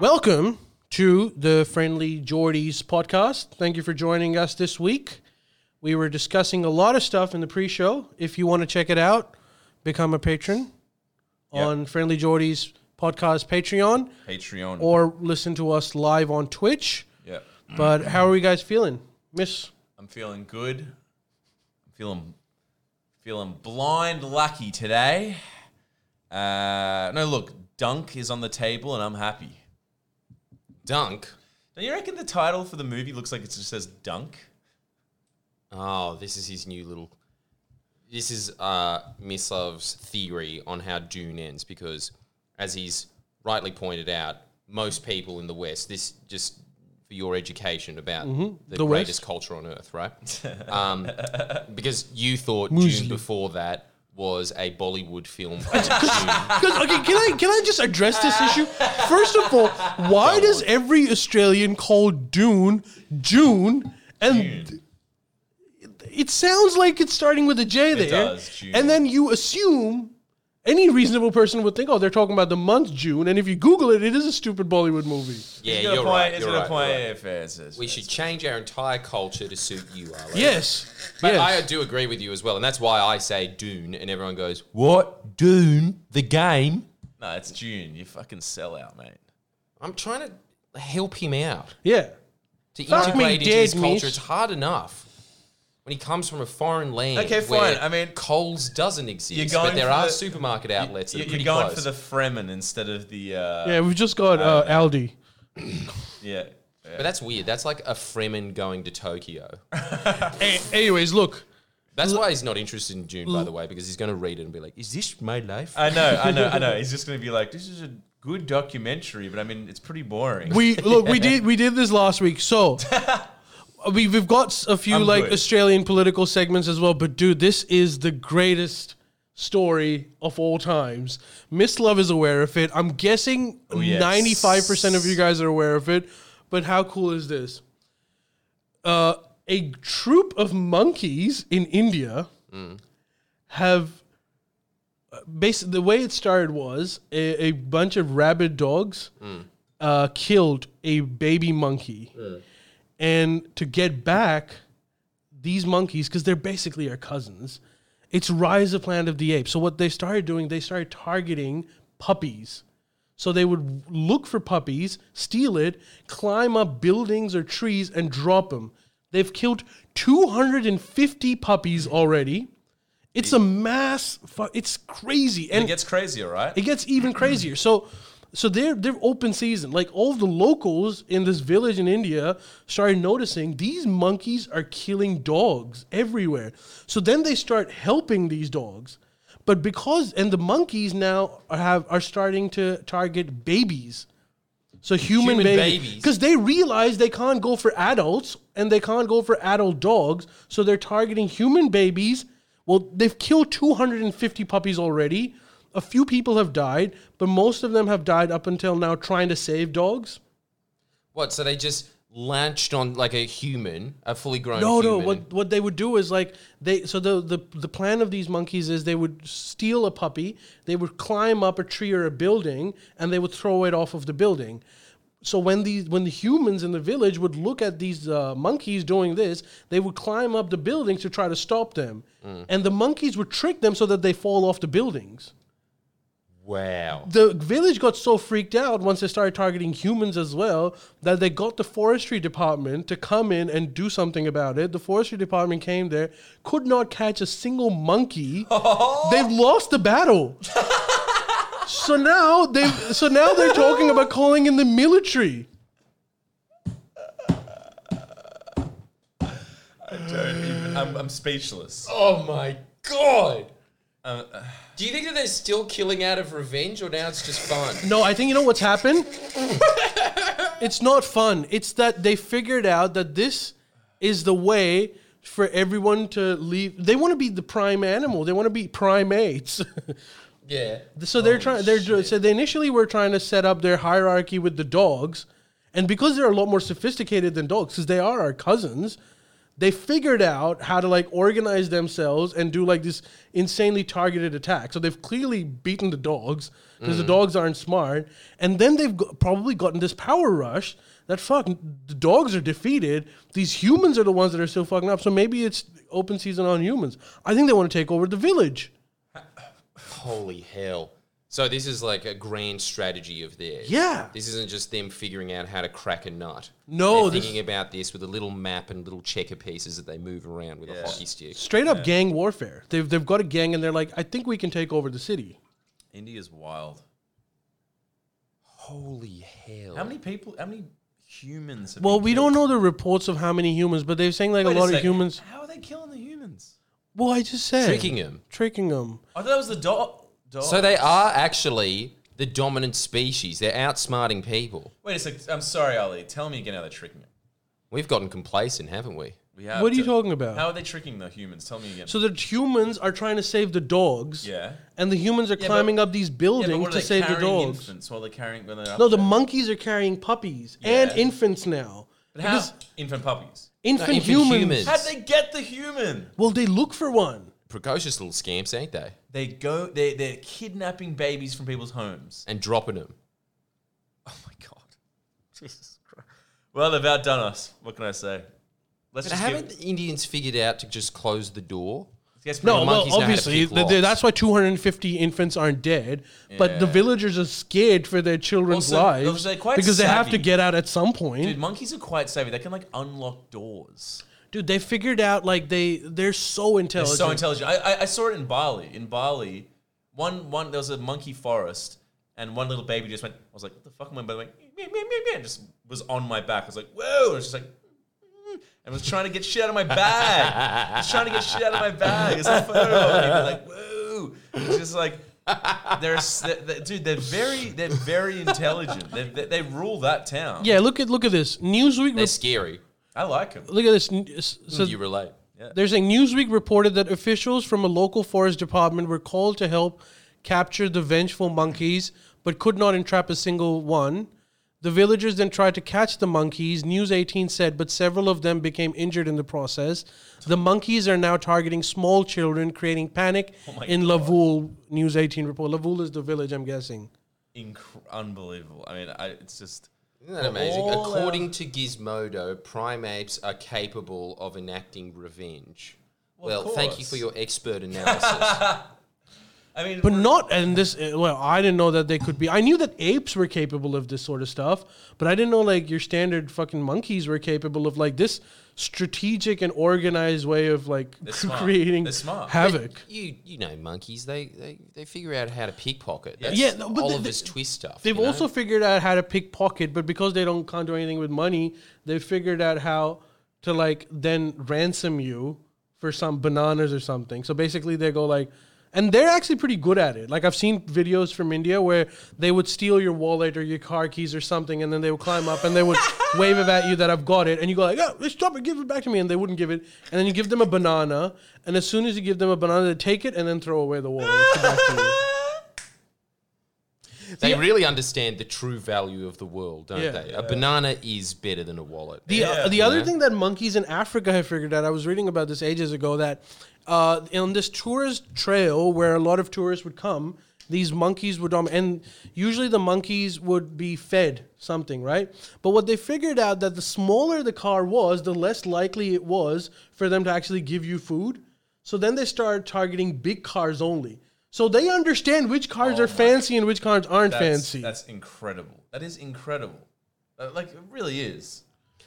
Welcome to the Friendly Geordies podcast. Thank you for joining us this week. We were discussing a lot of stuff in the pre show. If you want to check it out, become a patron Yep. on Friendly Geordies podcast Patreon Patreon. or listen to us live on Twitch. yeah, But how are you guys feeling? Miss I'm feeling good. I'm feeling feeling blind lucky today. Uh, no, look, Dunk is on the table, and I'm happy. Dunk. Don't you reckon the title for the movie looks like it just says Dunk? Oh, this is his new little. This is uh, Miss Love's theory on how Dune ends because, as he's rightly pointed out, most people in the West, this just for your education about the, Mm-hmm. The greatest West. culture on earth, right? um, because you thought Muslim. Dune before that was a Bollywood film. about Dune. Guys, okay, can I can I just address this issue? First of all, why does every Australian call Dune June and it sounds like it's starting with a J there. does, June. And then you assume any reasonable person would think, oh, they're talking about the month June, and if you Google it, it is a stupid Bollywood movie. Yeah, He's got a you're point, right. he's You're got a right, point. you're right. Yeah, fair, fair, fair. We should change our entire culture to suit you, Arlo. Yes. But I yes. do agree with you as well, and that's why I say Dune, and everyone goes, "What Dune? The game?" No, it's June. You fucking sell out, mate. I'm trying to help him out yeah. to Fuck me integrate into dead, his culture. miss. It's hard enough when he comes from a foreign land. Okay, fine. where I mean- Coles doesn't exist, You're going but there for are the- supermarket outlets. that You- are You're pretty going close. for the Fremen instead of the uh, Yeah, we've just got uh, Aldi. yeah. yeah. but that's weird. That's like a Fremen going to Tokyo. A- anyways, look. That's why he's not interested in Dune, by the way, because he's going to read it and be like, "Is this my life?" I know, I know, I know. He's just gonna be like, this is a good documentary, but I mean, it's pretty boring. We look. We did. We did this last week. So we, we've got a few I'm like good. Australian political segments as well. But dude, this is the greatest story of all times. Miss Love is aware of it. I'm guessing yes. ninety five percent of you guys are aware of it. But how cool is this? Uh, a troop of monkeys in India have. Basically, the way it started was a, a bunch of rabid dogs uh, killed a baby monkey. And to get back these monkeys, because they're basically our cousins, it's Rise of Planet of the Apes. So what they started doing, they started targeting puppies. So they would look for puppies, steal it, climb up buildings or trees, and drop them. They've killed 250 puppies already. It's a mass. Fu- it's crazy. And it gets crazier, right? it gets even crazier. So so they're they're open season. Like all of the locals in this village in India started noticing these monkeys are killing dogs everywhere. So then they start helping these dogs. But because and the monkeys now are- have are starting to target babies. So human, Human babies. babies. Because they realize they can't go for adults and they can't go for adult dogs. So they're targeting human babies. Well, they've killed 250 puppies already. A few people have died, but most of them have died up until now trying to save dogs. What? So they just launched on like a human, a fully grown. No, no. human. What what they would do is like they so the, the the plan of these monkeys is they would steal a puppy, they would climb up a tree or a building, and they would throw it off of the building. So when these when the humans in the village would look at these uh, monkeys doing this, they would climb up the buildings to try to stop them, and the monkeys would trick them so that they fall off the buildings Wow. the village got so freaked out once they started targeting humans as well that they got the forestry department to come in and do something about it. The forestry department came there, could not catch a single monkey. They've lost the battle. so now they so now they're talking about calling in the military. I'm, I'm speechless. Oh my god. Uh, Do you think that they're still killing out of revenge, or now it's just fun? No, I think you know what's happened? it's not fun. It's that they figured out that this is the way for everyone to leave. They want to be the prime animal. They want to be primates. Yeah. so they're trying. They're so they initially were trying to set up their hierarchy with the dogs, and because they're a lot more sophisticated than dogs, because they are our cousins, They figured out how to like organize themselves and do like this insanely targeted attack. So they've clearly beaten the dogs because the dogs aren't smart, and then they've go- probably gotten this power rush that fuck the dogs are defeated. These humans are the ones that are still fucking up. So maybe it's open season on humans. I think they want to take over the village. Holy hell. So this is like a grand strategy of theirs. Yeah. This isn't just them figuring out how to crack a nut. No, They're this- thinking about this with a little map and little checker pieces that they move around with a hockey stick. Straight up gang warfare. They've they've got a gang and they're like, I think we can take over the city. India's wild. Holy hell. How many people? How many humans? Have Well, been we don't killed? know the reports of how many humans, but they're saying like Wait a lot of second. humans. How are they killing the humans? Well, I just said Tricking them. tricking them. I thought that was the dog. dog. So they are actually the dominant species. They're outsmarting people. Wait a sec. I'm sorry, Ali. Tell me again how they're tricking them. We've gotten complacent, haven't we? We have What are you to- talking about? How are they tricking the humans? Tell me again. So the humans are trying to save the dogs, yeah. and the humans are climbing up these Yeah, but buildings what are to they save the carrying dogs. Infants while they're carrying. When they're up No, the there? monkeys are carrying puppies and Yeah. infants now. But how? Infant puppies. Infant, infant humans. humans. How'd they get the human? Well, they look for one. Precocious little scamps, ain't they? They go. They they're kidnapping babies from people's homes. And dropping them. Oh my god. Jesus Christ. Well, they've outdone us. What can I say? Let's But just give. haven't the Indians figured out to just close the door? Yes, we No, have- well, well, monkeys know how to obviously, pick th- th- locks. that's why 250 infants aren't dead. But the Yeah. villagers are scared for their children's Also, lives they're quite because they have to savvy. get out at some point. Dude, monkeys are quite savvy. They can like unlock doors. Dude, they figured out like they they're so They're intelligent. so intelligent. I, I I saw it in Bali. In Bali, one one there was a monkey forest, and one little baby just went. I was like, what the fuck am I? By the way, meow, meow, meow, meow, and just was on my back. I was like, whoa! And it's just like. "Mm," And was trying to get shit out of my bag. Just trying to get shit out of my bag. It's a photo of me, but like, whoa! It's just like, they're, s- they they- dude. They're very, they're very intelligent. They, they, they rule that town. yeah, look at look at this. Newsweek. They're Rep- scary. I like them. look at this. N- s- So you relate. they're saying Newsweek reported that officials from a local forest department were called to help capture the vengeful monkeys, but could not entrap a single one. The villagers then tried to catch the monkeys, News 18 said, but several of them became injured in the process. The monkeys are now targeting small children, creating panic in Lavoul, News 18 report. Lavoul is the village, I'm guessing. Inc- unbelievable. I mean, I, it's just. Isn't that amazing? All our- According to Gizmodo, primates are capable of enacting revenge. Well, thank you course. for your expert analysis. I mean, But not and this uh, well, I didn't know that they could be. I knew that apes were capable of this sort of stuff, but I didn't know like your standard fucking monkeys were capable of like this strategic and organized way of like smart. creating They're smart. havoc. you you know monkeys, they, they, they figure out how to pickpocket. That's Yeah, no, but they- Oliver's twist stuff. They've you know? also figured out how to pickpocket, but because they don't can't do anything with money, they figured out how to like then ransom you for some bananas or something. So basically, they go like, and they're actually pretty good at it. Like I've seen videos from India where they would steal your wallet or your car keys or something, and then they would climb up and they would wave it at you that I've got it, and you go like, oh, stop it, give it back to me, and they wouldn't give it, and then you give them a banana, and as soon as you give them a banana, they take it and then throw away the wallet. It's back to you. they really understand the true value of the world, don't Yeah. they? A banana is better than a wallet. The, uh, the other thing that monkeys in Africa have figured out, I was reading about this ages ago, that uh, on this tourist trail where a lot of tourists would come, these monkeys would, um, and usually the monkeys would be fed something, right? But what they figured out that the smaller the car was, the less likely it was for them to actually give you food. So then they started targeting big cars only. So they understand which cars are fancy and which cars aren't Oh that's, fancy. That's incredible. That is incredible. Uh, Like it really is.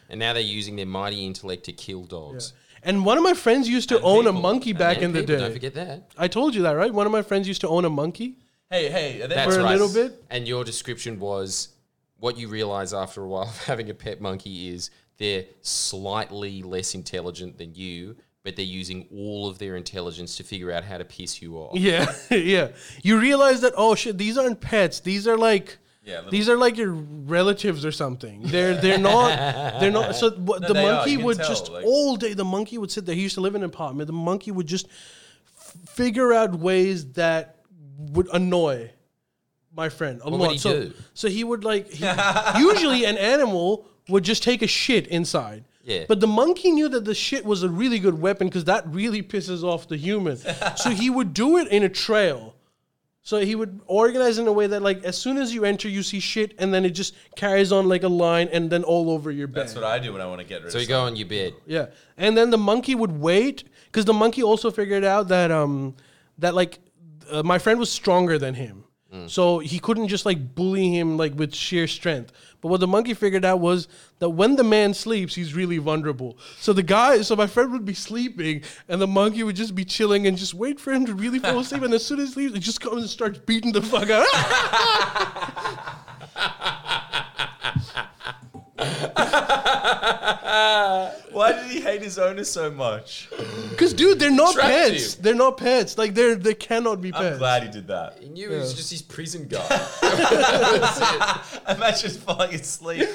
and now they're using their mighty intellect to kill dogs. and one of my friends used to own a people. monkey And back And in the people, day. Don't forget that. I told you that, right? One of my friends used to own a monkey. Hey, hey. Are they That's For a right. little bit? And your description was what you realize after a while of having a pet monkey is they're slightly less intelligent than you, but they're using all of their intelligence to figure out how to piss you off. Yeah, yeah. You realize that oh shit, these aren't pets. These are like Yeah, little- these are like your relatives or something. They're they're not they're not. So what the they are. monkey You can would tell, just like- all day. The monkey would sit there. He used to live in an apartment. The monkey would just f- figure out ways that would annoy my friend a would lot. he so do? so he would like he, usually an animal would just take a shit inside. Yeah. But the monkey knew that the shit was a really good weapon because that really pisses off the human. so he would do it in a trail. So he would organize in a way that, like, as soon as you enter, you see shit, and then it just carries on like a line, and then all over your bed. That's what I do when I want to get rid So of you go on your bed. Yeah, and then the monkey would wait because the monkey also figured out that um that like uh, my friend was stronger than him, so he couldn't just like bully him like with sheer strength. But what the monkey figured out was that when the man sleeps, he's really vulnerable. So the guy, so my friend would be sleeping, and the monkey would just be chilling and just wait for him to really fall asleep. and as soon as he leaves, it just comes and starts beating the fuck out. something. Why did he hate his owner so much? Because dude, they're not Attractive. pets. They're not pets. Like they're they cannot be I'm pets. glad he did that. He knew it was just his prison guard. Imagine falling asleep,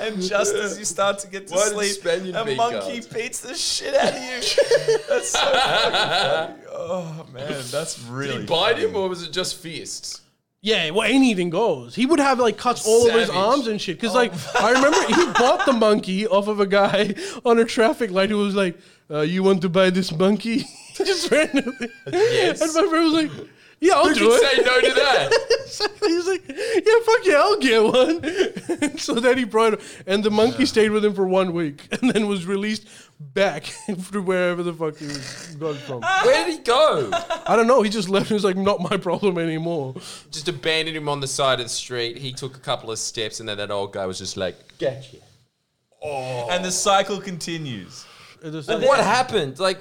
and just as you start to get to Why did sleep, Spaniard a be monkey guards? beats the shit out of you. that's so fucking funny. Oh man, that's really. Did he bite funny. him or was it just fists? Yeah, well, anything goes. He would have like cuts all over his Savage. Oh. arms and shit. Because like I remember, he bought the monkey off of a guy on a traffic light who was like, uh, "You want to buy this monkey?" Just randomly. Yes. And my friend was like, "Yeah, I'll You do could it." say no to that. He's like, "Yeah, fuck yeah, I'll get one." And so then he brought him, and the monkey stayed with him for one week, and then was released back to wherever the fuck he was gone from. Where did he go? I don't know. He just left. He was like, "Not my problem anymore." Just abandoned him on the side of the street. He took a couple of steps and then that old guy was just like, gotcha. And the cycle continues. It was- What happened? Like,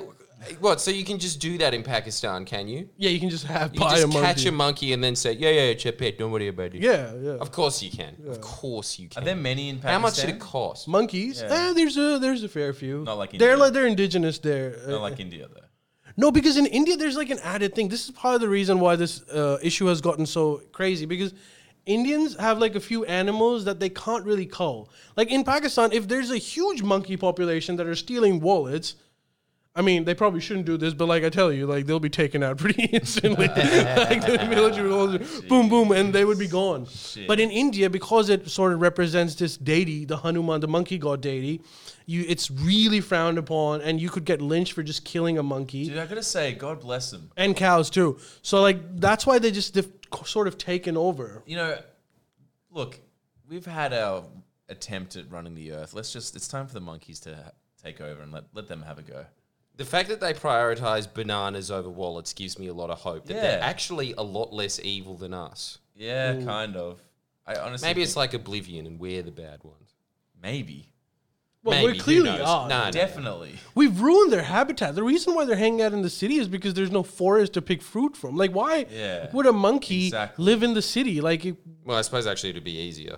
what? So you can just do that in Pakistan, can you? yeah, you can just have You can buy just a monkey. catch a monkey and then say, yeah, yeah, yeah, chip it. Don't worry about it. Yeah, yeah. Of course you can. Of course you Are can. there many in Pakistan? How much did it cost? Monkeys? Yeah. Eh, there's a there's a fair few. Not like they're India. like they're indigenous there. Not Uh, like India though. no, because in India there's like an added thing. This is part of the reason why this uh, issue has gotten so crazy because Indians have like a few animals that they can't really cull. Like in Pakistan, if there's a huge monkey population that are stealing wallets. I mean, they probably shouldn't do this, but like I tell you, like they'll be taken out pretty instantly. like the military will just boom, boom, and they would be gone. But in India, because it sort of represents this deity, the Hanuman, the monkey god deity, you it's really frowned upon, and you could get lynched for just killing a monkey Dude, I gotta say, God bless them. and cows too. So like that's why they just they've co- sort of taken over. You know, look, we've had our attempt at running the earth. Let's just, it's time for the monkeys to ha- take over and let, let them have a go. The fact that they prioritize bananas over wallets gives me a lot of hope that they're Yeah. actually a lot less evil than us. Yeah, kind of. I honestly. Maybe it's think- like Oblivion and we're the bad ones. Maybe. Well, Maybe, we who clearly knows? are. No, no. Definitely. We've ruined their habitat. The reason why they're hanging out in the city is because there's no forest to pick fruit from. Like, why Yeah, would a monkey exactly. live in the city? Like, it, Well, I suppose actually it'd be easier.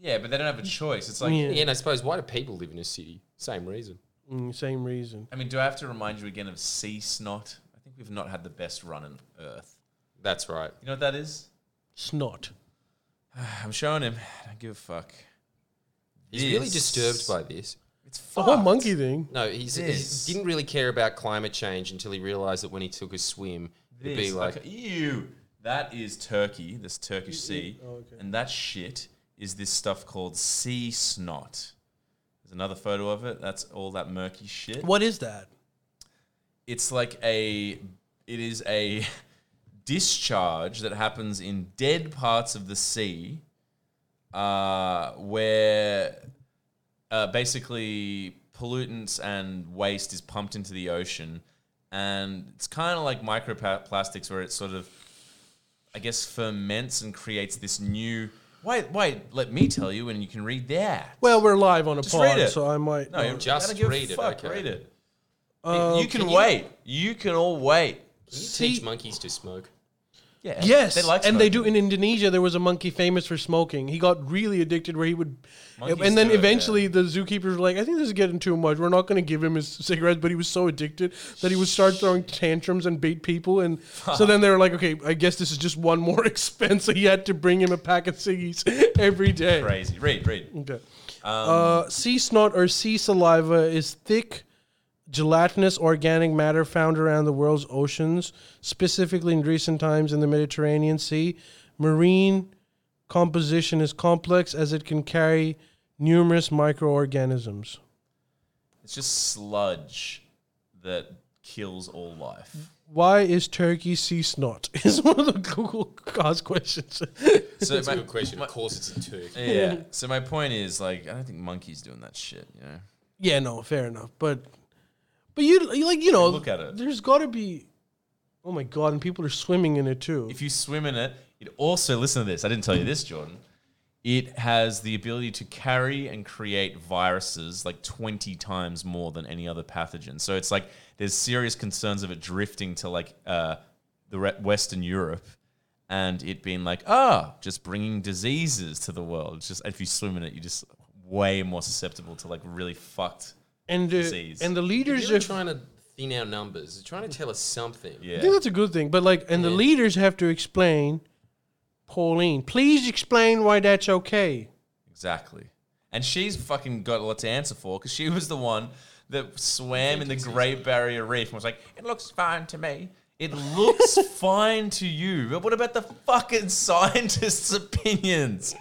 Yeah, but they don't have a choice. It's like, Yeah. Yeah, and I suppose why do people live in a city? Same reason. mm, same reason. I mean, do I have to remind you again of sea snot? I think we've not had the best run on earth. That's right. You know what that is? Snot. I'm showing him. I don't give a fuck. He's really This- disturbed by this. It's fucked. The whole monkey thing. No, he's, This. he didn't really care about climate change until he realized that when he took a swim, it'd be This, like, okay, ew. That is Turkey, this Turkish sea, and that shit is this stuff called sea snot. There's another photo of it. That's all that murky shit. What is that? It's like a, it is a discharge that happens in dead parts of the sea, uh, where uh, basically pollutants and waste is pumped into the ocean, and it's kind of like microplastics, where it sort of, I guess, ferments and creates this new. Wait, wait, let me tell you, and you can read there. Well, we're live on a read pod, it. so I might. No, you Just gotta give a read it, Fuck, okay. read it. you can, wait. You can all wait. "Can you See- teach monkeys to smoke. Yeah. Yes, and they do. smoking. In Indonesia, there was a monkey famous for smoking. He got really addicted, where he would, Monkeys and then do it, eventually the zookeepers were like, "I think this is getting too much. We're not going to give him his cigarettes." But he was so addicted that he would start throwing tantrums and beat people. And so then they were like, "Okay, I guess this is just one more expense." So he had to bring him a pack of ciggies every day. Crazy. Read, read. Okay. uh, sea snot or sea saliva is thick, gelatinous organic matter found around the world's oceans, specifically in recent times in the Mediterranean Sea. Marine composition is complex as it can carry numerous microorganisms. It's just sludge that kills all life. Why is turkey sea snot? Is one of the Google asked questions. So That's a my- good question. my- Of course, it's a turkey. yeah. So my point is, like, I don't think monkeys doing that shit. You know, yeah, no, fair enough. But but you like you know Look at it. There's got to be. Oh my god! And people are swimming in it too. if you swim in it, it also listen to this. I didn't tell you this, Jordan. It has the ability to carry and create viruses like 20 times more than any other pathogen. So it's like there's serious concerns of it drifting to like uh, the re- Western Europe and it being like, ah, just bringing diseases to the world. It's just if you swim in it, you're just way more susceptible to like really fucked. and the, disease. and the They're leaders really are trying to thin our numbers. They're trying to tell us something. I think Yeah. that's a good thing. But like, and the leaders have to explain. Pauline, please explain why that's okay. Exactly. And she's fucking got a lot to answer for because she was the one that swam in the Great Barrier Reef and was like, it looks fine to me. It looks fine to you, but what about the fucking scientists' opinions?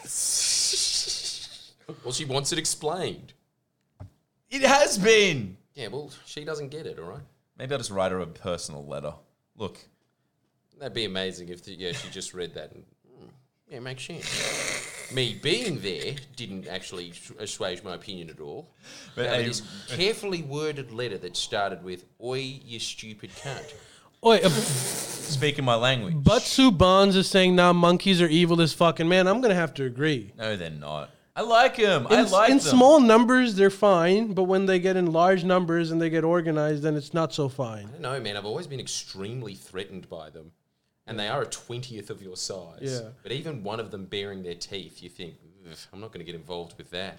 Well, she wants it explained. It has been. Yeah, well, she doesn't get it, all right? Maybe I'll just write her a personal letter. Look, That'd be amazing if, the, yeah, she just read that. And, "Hmm, yeah, makes sense. Me being there didn't actually assu- assuage my opinion at all. But But a- this carefully worded letter that started with "Oi, you stupid cunt." Oi, uh, speaking my language. Butsu Bonds is saying now monkeys are evil as fucking man. I'm gonna have to agree. no, they're not. I like him. In, I like in them. small numbers, they're fine, but when they get in large numbers and they get organized, then it's not so fine. I don't know, man. I've always been extremely threatened by them, and they are a twentieth of your size. Yeah. But even one of them baring their teeth, you think, "Ugh, I'm not going to get involved with that.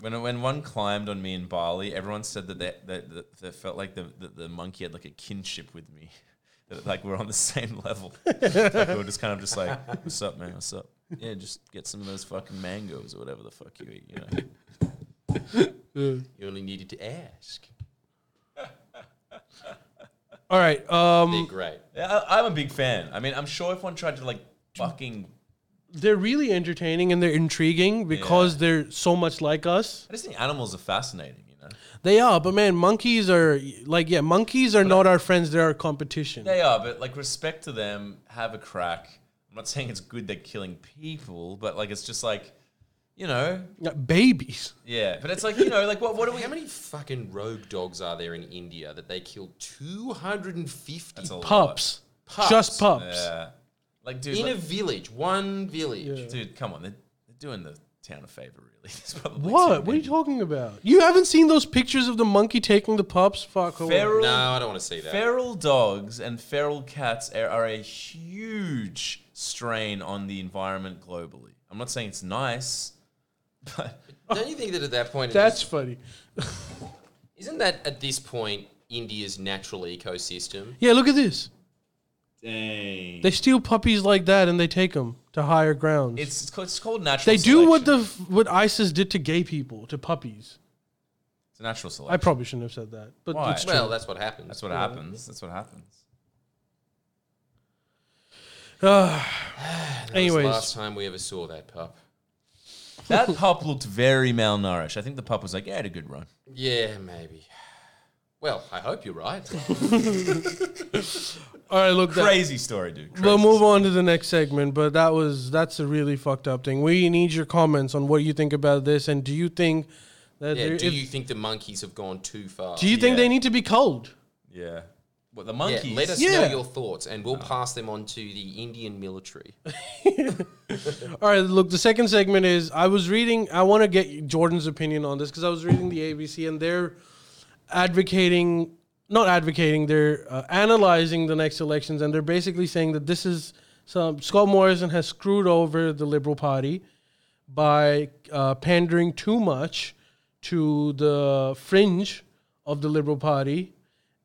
When, when one climbed on me in Bali, everyone said that they, that, that they felt like the, the, the monkey had like a kinship with me. That like we're on the same level. like we were just kind of just like, what's up, man? What's up? Yeah, just get some of those fucking mangoes or whatever the fuck you eat, you know? You only needed to ask. All right, um, They're great. Yeah, I, I'm a big fan. I mean, I'm sure if one tried to like fucking. they're really entertaining and they're intriguing because they're so much like us. I just think animals are fascinating, you know? They are, but man, monkeys are like yeah, monkeys are not our friends; they're our competition. They are, but like respect to them, have a crack. I'm not saying it's good they're killing people, but like it's just like, you know, Yeah, babies. yeah. But it's like, you know, like what, what do we. How many fucking rogue dogs are there in India that they kill 250 That's a lot. pups. Pups. Just pups. Yeah. Like, dude, in a like, village? One village. dude, come on. They're, they're doing the town a favor, really. It's probably What? too What are you many. talking about? You haven't seen those pictures of the monkey taking the pups? Fuck. oh, hold on. Feral, No, I don't want to see that. feral dogs and feral cats are, are a huge strain on the environment globally. I'm not saying it's nice, but Don't you think that at that point, it That's funny. just- isn't that at this point India's natural ecosystem? Yeah, look at this. dang. They steal puppies like that and they take them to higher grounds. It's, it's, called, it's called natural they do what selection. the f- what ISIS did to gay people, to puppies. It's natural I selection. probably shouldn't have said that, but Why? it's true. Well, that's what happens. That's what happens. That's what happens. That was the last Ah. Anyways, time we ever saw that pup. That pup looked very malnourished. I think the pup was like, yeah, I had a good run. Yeah, maybe. Well, I hope you're right. all right, look, that, Crazy story, dude. Crazy we'll move on to the next segment. But that was that's a really fucked up thing. We need your comments on what you think about this, and do you think that Yeah, there- do if- you think the monkeys have gone too far? do you think Yeah. they need to be culled? Yeah. What, the yeah, monkeys? let us know Yeah. your thoughts, and we'll pass them on to the Indian military. All right, look, the second segment is I was reading, I want to get Jordan's opinion on this because I was reading the ABC and they're advocating, not advocating, they're uh, analyzing the next elections and they're basically saying that this is some, Scott Morrison has screwed over the Liberal Party by uh, pandering too much to the fringe of the Liberal Party.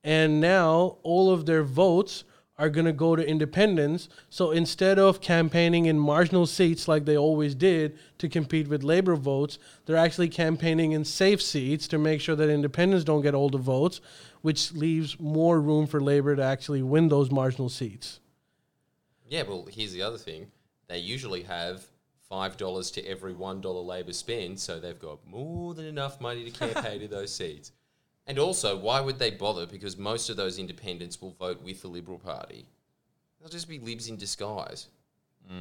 And now all of their votes are going to go to independents. So instead of campaigning in marginal seats like they always did to compete with Labor votes, they're actually campaigning in safe seats to make sure that independents don't get all the votes, which leaves more room for Labor to actually win those marginal seats. Yeah, well, here's the other thing. They usually have five dollars to every one dollar Labor spend, so they've got more than enough money to campaign to those seats. And also, why would they bother? Because most of those independents will vote with the Liberal Party. They'll just be libs in disguise.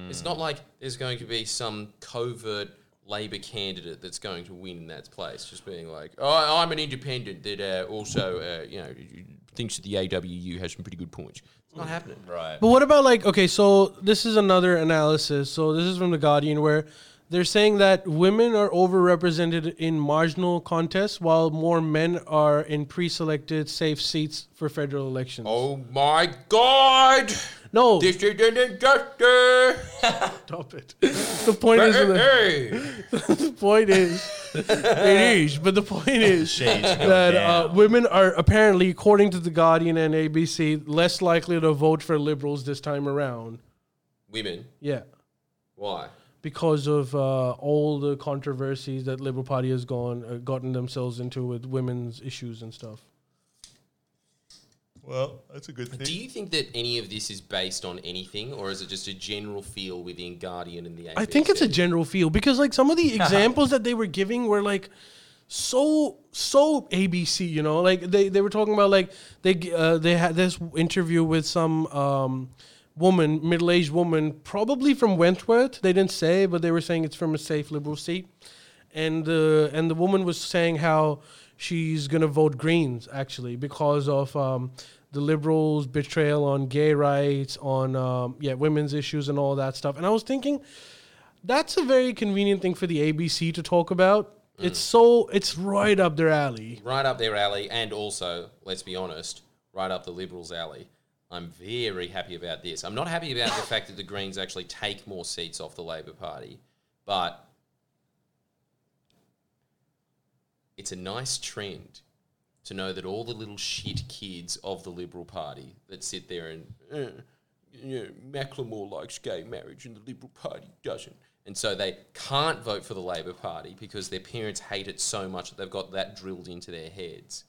It's not like there's going to be some covert Labour candidate that's going to win in that place. Just being like, oh, I'm an independent that uh, also, uh, you know, thinks that the AWU has some pretty good points. It's not happening. Right. But what about like okay, so this is another analysis. So this is from the Guardian where they're saying that women are overrepresented in marginal contests while more men are in pre-selected safe seats for federal elections. Oh my God! no, This is an injustice. stop it. The point is the Hey! Oh, point is it is, but the point is Shades go that uh, down. women are apparently, according to the Guardian and ABC, less likely to vote for liberals this time around. Women, Yeah. why? because of uh, all the controversies that Liberal Party has gone uh, gotten themselves into with women's issues and stuff. well, that's a good thing. Do you think that any of this is based on anything, or is it just a general feel within Guardian and the ABC? I think it's a general feel because like some of the examples that they were giving were like so so ABC, you know, like they, they were talking about like they g- uh, they had this interview with some um, woman, middle aged woman, probably from Wentworth. They didn't say, but they were saying it's from a safe liberal seat, and the and the woman was saying how she's gonna vote Greens actually because of. Um, the liberals' betrayal on gay rights, on um, yeah women's issues, and all that stuff. And I was thinking, that's a very convenient thing for the ABC to talk about. Mm. It's so it's right up their alley. right up their alley, and also, let's be honest, right up the Liberals' alley. I'm very happy about this. I'm not happy about the fact that the Greens actually take more seats off the Labor Party, but it's a nice trend to know that all the little shit kids of the Liberal Party that sit there and eh, you know, Macklemore likes gay marriage and the Liberal Party doesn't. And so they can't vote for the Labor Party because their parents hate it so much that they've got that drilled into their heads.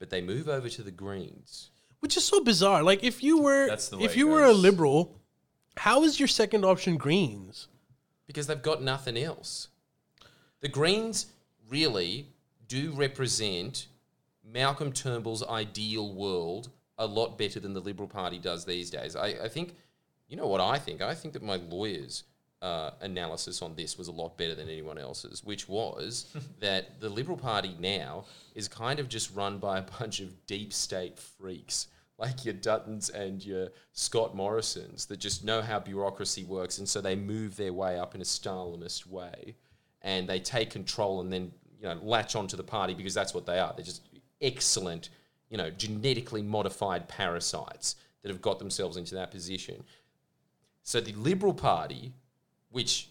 But they move over to the Greens. Which is so bizarre. Like if you were That's the way if it you were a goes. liberal, how is your second option Greens? Mm. because they've got nothing else. The Greens really do represent Malcolm Turnbull's ideal world a lot better than the Liberal Party does these days. I, I think, you know what I think? I think that my lawyer's uh, analysis on this was a lot better than anyone else's, which was that the Liberal Party now is kind of just run by a bunch of deep state freaks like your Duttons and your Scott Morrisons that just know how bureaucracy works, and so they move their way up in a Stalinist way, and they take control and then you know latch onto the party because that's what they are. They're just excellent, you know, genetically modified parasites that have got themselves into that position. So the Liberal Party, which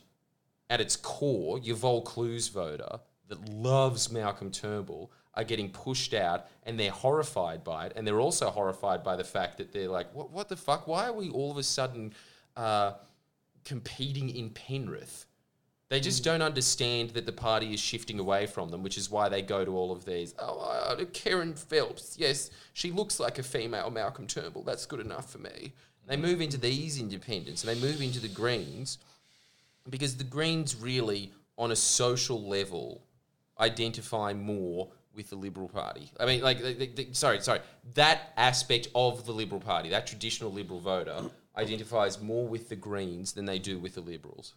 at its core, your Vol Clues voter that loves Malcolm Turnbull are getting pushed out and they're horrified by it. And they're also horrified by the fact that they're like, what, what the fuck? Why are we all of a sudden uh, competing in Penrith? They just don't understand that the party is shifting away from them, which is why they go to all of these. Oh, uh, Karen Phelps, yes, she looks like a female Malcolm Turnbull. That's good enough for me. They move into these independents and they move into the Greens because the Greens really, on a social level, identify more with the Liberal Party. I mean, like, they, they, they- sorry, sorry, that aspect of the Liberal Party, that traditional Liberal voter, identifies more with the Greens than they do with the Liberals.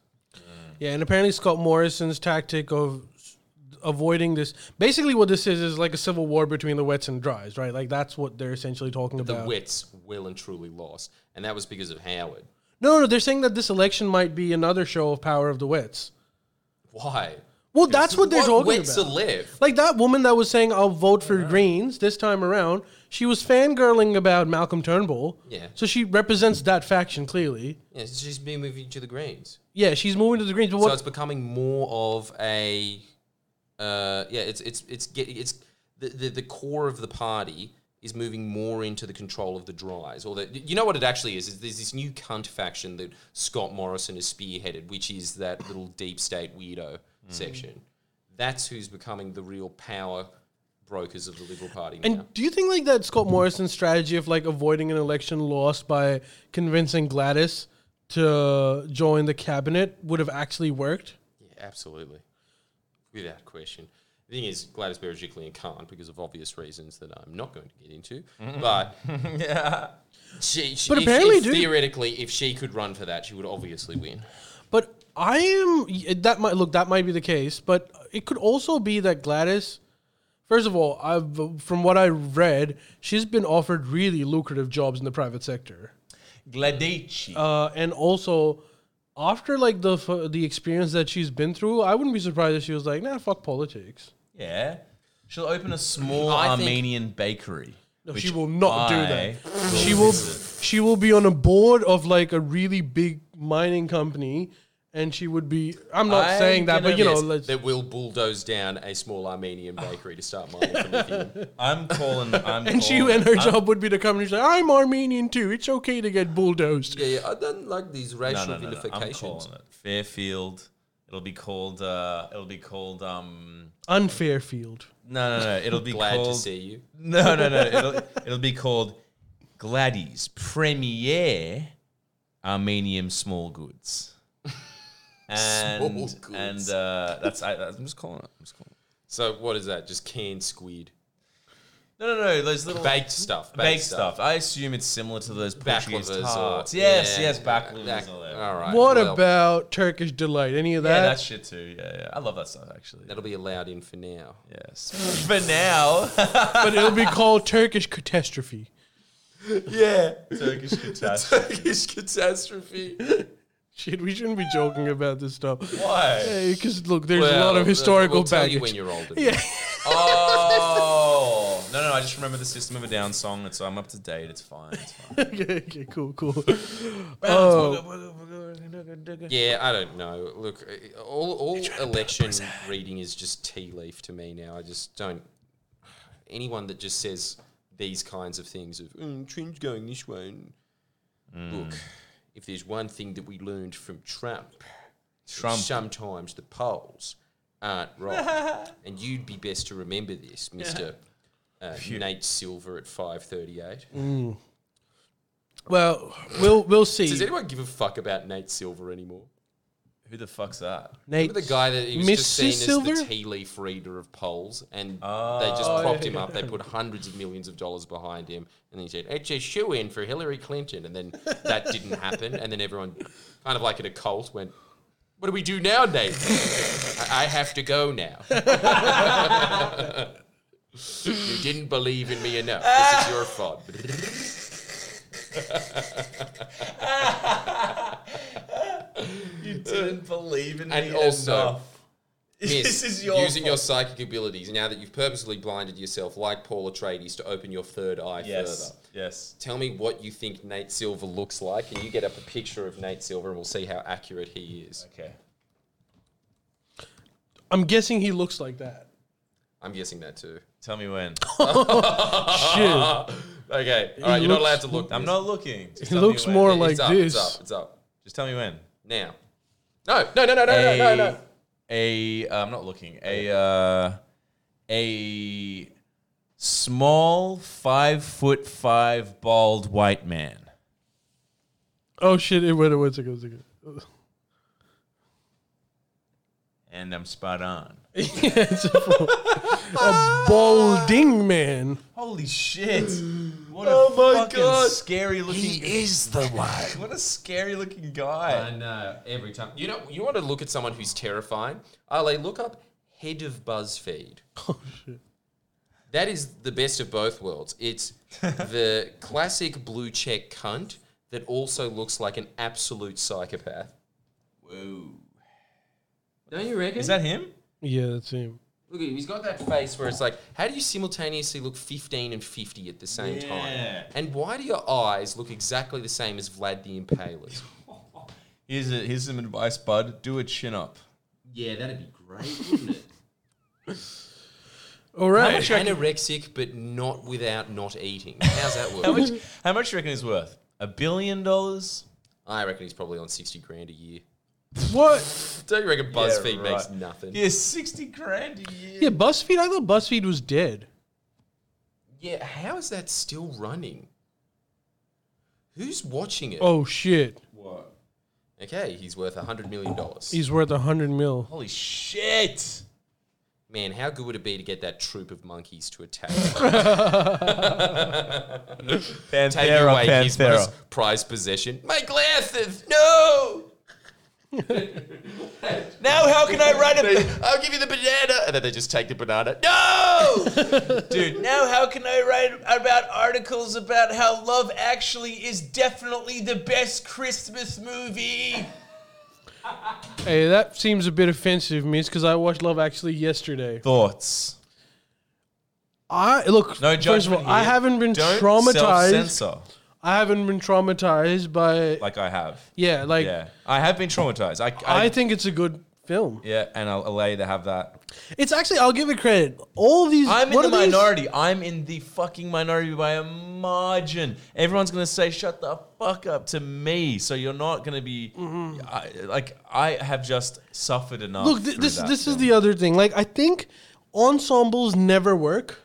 Yeah, and apparently Scott Morrison's tactic of s- avoiding this basically what this is is like a civil war between the wets and dries, right? Like that's what they're essentially talking The about. Wets well and truly lost, and that was because of Howard. no, no, they're saying that this election might be another show of power of the wets. Why? Well, that's what they're talking Wets about. are left. Like that woman that was saying, I'll vote for Greens this time around, she was fangirling about Malcolm Turnbull. Yeah. So she represents that faction clearly. Yeah, she's been moving to the Greens. Yeah, she's moving to the Greens. But So what, it's becoming more of a, uh, yeah, it's it's it's get, it's the, the the core of the party is moving more into the control of the dries, or the you know what it actually is is there's this new cunt faction that Scott Morrison has spearheaded, which is that little deep state weirdo Hmm. section. That's who's becoming the real power brokers of the Liberal Party now. and do you think like that Scott Morrison strategy of like avoiding an election loss by convincing Gladys to join the cabinet would have actually worked? Yeah, absolutely. Without question. The thing is, Gladys Berejiklian can't because of obvious reasons that I'm not going to get into. But yeah. she, she But if- apparently, if dude- theoretically, if she could run for that, she would obviously win. But I am y- that might look that might be the case, but it could also be that Gladys. First of all, I've from what I read, she's been offered really lucrative jobs in the private sector, Gladici. uh, and also after like the f- the experience that she's been through, I wouldn't be surprised if she was like, "Nah, fuck politics." yeah. She'll open a small I think- Armenian bakery. No, which she will not do I- that. She will she will be on a board of like a really big mining company, and she would be. I'm not I'm saying that, gonna but you know, miss let's, That will bulldoze down a small Armenian bakery to start mining for lithium. I'm calling. I'm And Oh, she calling- and her I'm- job would be to come and she's like, I'm Armenian too. It's okay to get bulldozed. Yeah, yeah, I don't like these No, racial no, no, no, I'm calling it Fairfield. It'll be called. Uh, it'll be called. Um, Unfair field. no, no, no. It'll be Glad called. to see you. No, no, no. It'll it'll be called Gladys Premier Armenium Small Goods. And Small goods. and uh, that's I, I'm just calling it. I'm just calling it. So what is that? Just canned squid, No, no, no. Those little baked stuff, baked, baked stuff, stuff. I assume it's similar to those Portuguese baklavas, tarts. or yes, yeah, yes, yeah, baklavas. that- or whatever. all right. what well, about Turkish delight? Any of Yeah, that? that shit too. Yeah, yeah. I love that stuff actually. That'll be allowed in for now. Yes. For now. but it'll be called Turkish catastrophe. yeah. Turkish catastrophe. Turkish catastrophe. Shit, we shouldn't be joking about this stuff. Why? Because look, there's a lot of historical we'll tell you baggage. when you're older. yeah. Oh no, no! I just remember the System of a Down song, and so I'm up to date. It's fine. It's fine. okay, okay, cool, cool. Oh. Oh, Yeah, I don't know. Look, uh, all, all election reading is just tea leaf to me now. I just don't. Anyone that just says these kinds of things of mm, Trump's going this way. and-" Look, if there's one thing that we learned from Trump, Trump. sometimes the polls aren't right, and you'd be best to remember this, Mister uh, Nate Silver at five thirty-eight. Well, we'll we'll Does see. anyone give a fuck about Nate Silver anymore? Who the fuck's that? Nate, Remember the guy that he was just Mrs. seen as Silver? the tea leaf reader of polls, and Oh, they just propped him up. They put hundreds of millions of dollars behind him, and then he said, "It's a shoe in for Hillary Clinton," and then that didn't happen. And then everyone, kind of like in a cult, went, "What do we do now, Nate? I I have to go now." you didn't believe in me enough. This is your fault. You didn't believe in And also, This Miss, is your using your fault. psychic abilities now that you've purposely blinded yourself, like Paul Atreides, to open your third eye yes, further. yes. Tell me what you think Nate Silver looks like, and you get up a picture of Nate Silver, and we'll see how accurate he is. Okay. I'm guessing he looks like that. I'm guessing that too. Tell me when. Shit, Okay, all right, you're not allowed looks- to look. I'm not looking. Just he tell me looks when. more like it's up, this. It's up. It's up. Just tell me when. Now. No, no, no, no, no, no, no, no. A. Uh, I'm not looking. A. Uh, a small five foot five bald white man. Oh shit! It went. One second. One second. And I'm spot on. It's a, a balding man. Holy shit! What a Oh my fucking God. scary looking. is the one. what a scary looking guy. I know. Every time. You know, you want to look at someone who's terrifying? Ale, look up head of BuzzFeed. Oh shit! That is the best of both worlds. It's the classic blue check cunt that also looks like an absolute psychopath. Whoa. Don't you reckon? Is that him? Yeah, that's him. Look at him. He's got that face where it's like, how do you simultaneously look 15 and 50 at the same time? Yeah. And why do your eyes look exactly the same as Vlad the Impaler's? Here's a, here's some advice, bud. Do a chin up. Yeah, that'd be great, wouldn't it? All right. Anorexic, but not without not eating. How's that How work? much? How much do you reckon he's worth? A billion dollars? I reckon he's probably on 60 grand a year. What? Don't you reckon BuzzFeed makes right. nothing? Yeah, sixty grand a year. Yeah, BuzzFeed. I thought BuzzFeed was dead. Yeah, how is that still running? Who's watching it? Oh shit! What? Okay, he's worth $100 million. He's worth a hundred mil. Holy shit! man, how good would it be to get that troop of monkeys to attack? Take away his most prized possession. My Glanthanth, no! now how can I ride a... I'll give you the banana. And then they just take the banana. No! Dude, now how can I write about articles about how Love Actually is definitely the best Christmas movie? Hey, that seems a bit offensive, Miss, because I watched Love Actually yesterday. Thoughts? I look. first No of all, judgment I here. haven't been Don't traumatized. self-censor I haven't been traumatized by. like I have. yeah, like Yeah, I have been traumatized. I, I, I think it's a good film. yeah, and I'll allow you to have that. It's actually I'll give it credit. All these I'm in what the are these- minority. I'm in the fucking minority by a margin. Everyone's gonna say shut the fuck up to me. So you're not gonna be I, like I have just suffered enough. Mm-hmm. Look, th- through this that this is film. the other thing. Like I think ensembles never work.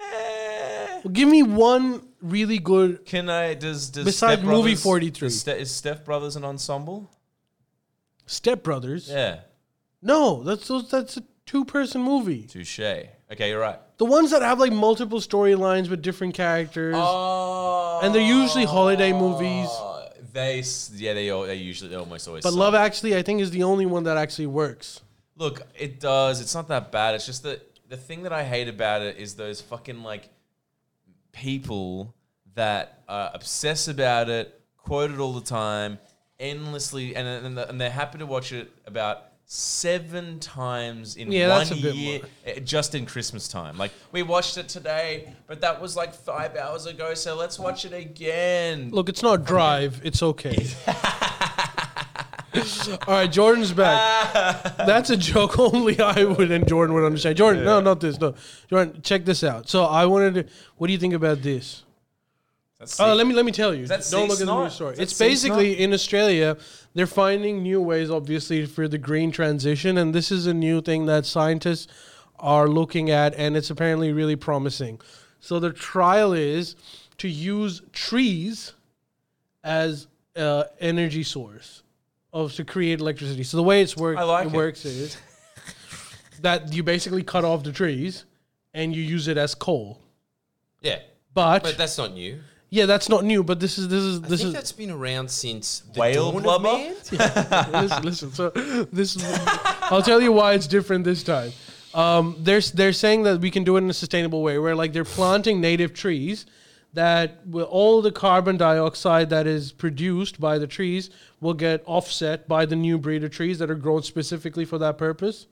Eh. Give me one really good Can I does does Besides Step movie Brothers- 43. Is, Ste- is Step Brothers an ensemble? Step Brothers. Yeah, No, that's those- that's a two-person movie. touche. Okay, you're right. The ones that have like multiple storylines with different characters. Oh, And they're usually holiday movies. Uh, They s- yeah they all, they usually they almost always. but suck. Love Actually, I think, is the only one that actually works. Look, it does. It's not that bad. It's just that the thing that I hate about it is those fucking like people that are obsessed about it, quote it all the time, endlessly, and and, and they're happy to watch it about seven times in Yeah, one that's a bit year, much. eh, just in Christmas time. Like we watched it today, but that was like five hours ago. So let's watch it again. Look, it's not Drive. It's okay. All right, Jordan's back. That's a joke only I would and Jordan would understand. Jordan, no, not this. No, Jordan, check this out. So I wanted to. What do you think about this? That's Oh, sick. let me let me tell you. that Don't sea look at the snot? news story. Is that It's sea basically in Australia, they're finding new ways, obviously, for the green transition, and this is a new thing that scientists are looking at, and it's apparently really promising. So the trial is to use trees as uh, energy source of to create electricity. So the way it's work, I like it it. works is that you basically cut off the trees and you use it as coal. Yeah, But, but that's not new. yeah, that's not new. But this is this is I this think is that's been around since the Whale dawn blubber? of man. listen, listen. So this, I'll tell you why it's different this time. Um, they're they're saying that we can do it in a sustainable way, where like they're planting native trees that will, all the carbon dioxide that is produced by the trees will get offset by the new breed of trees that are grown specifically for that purpose.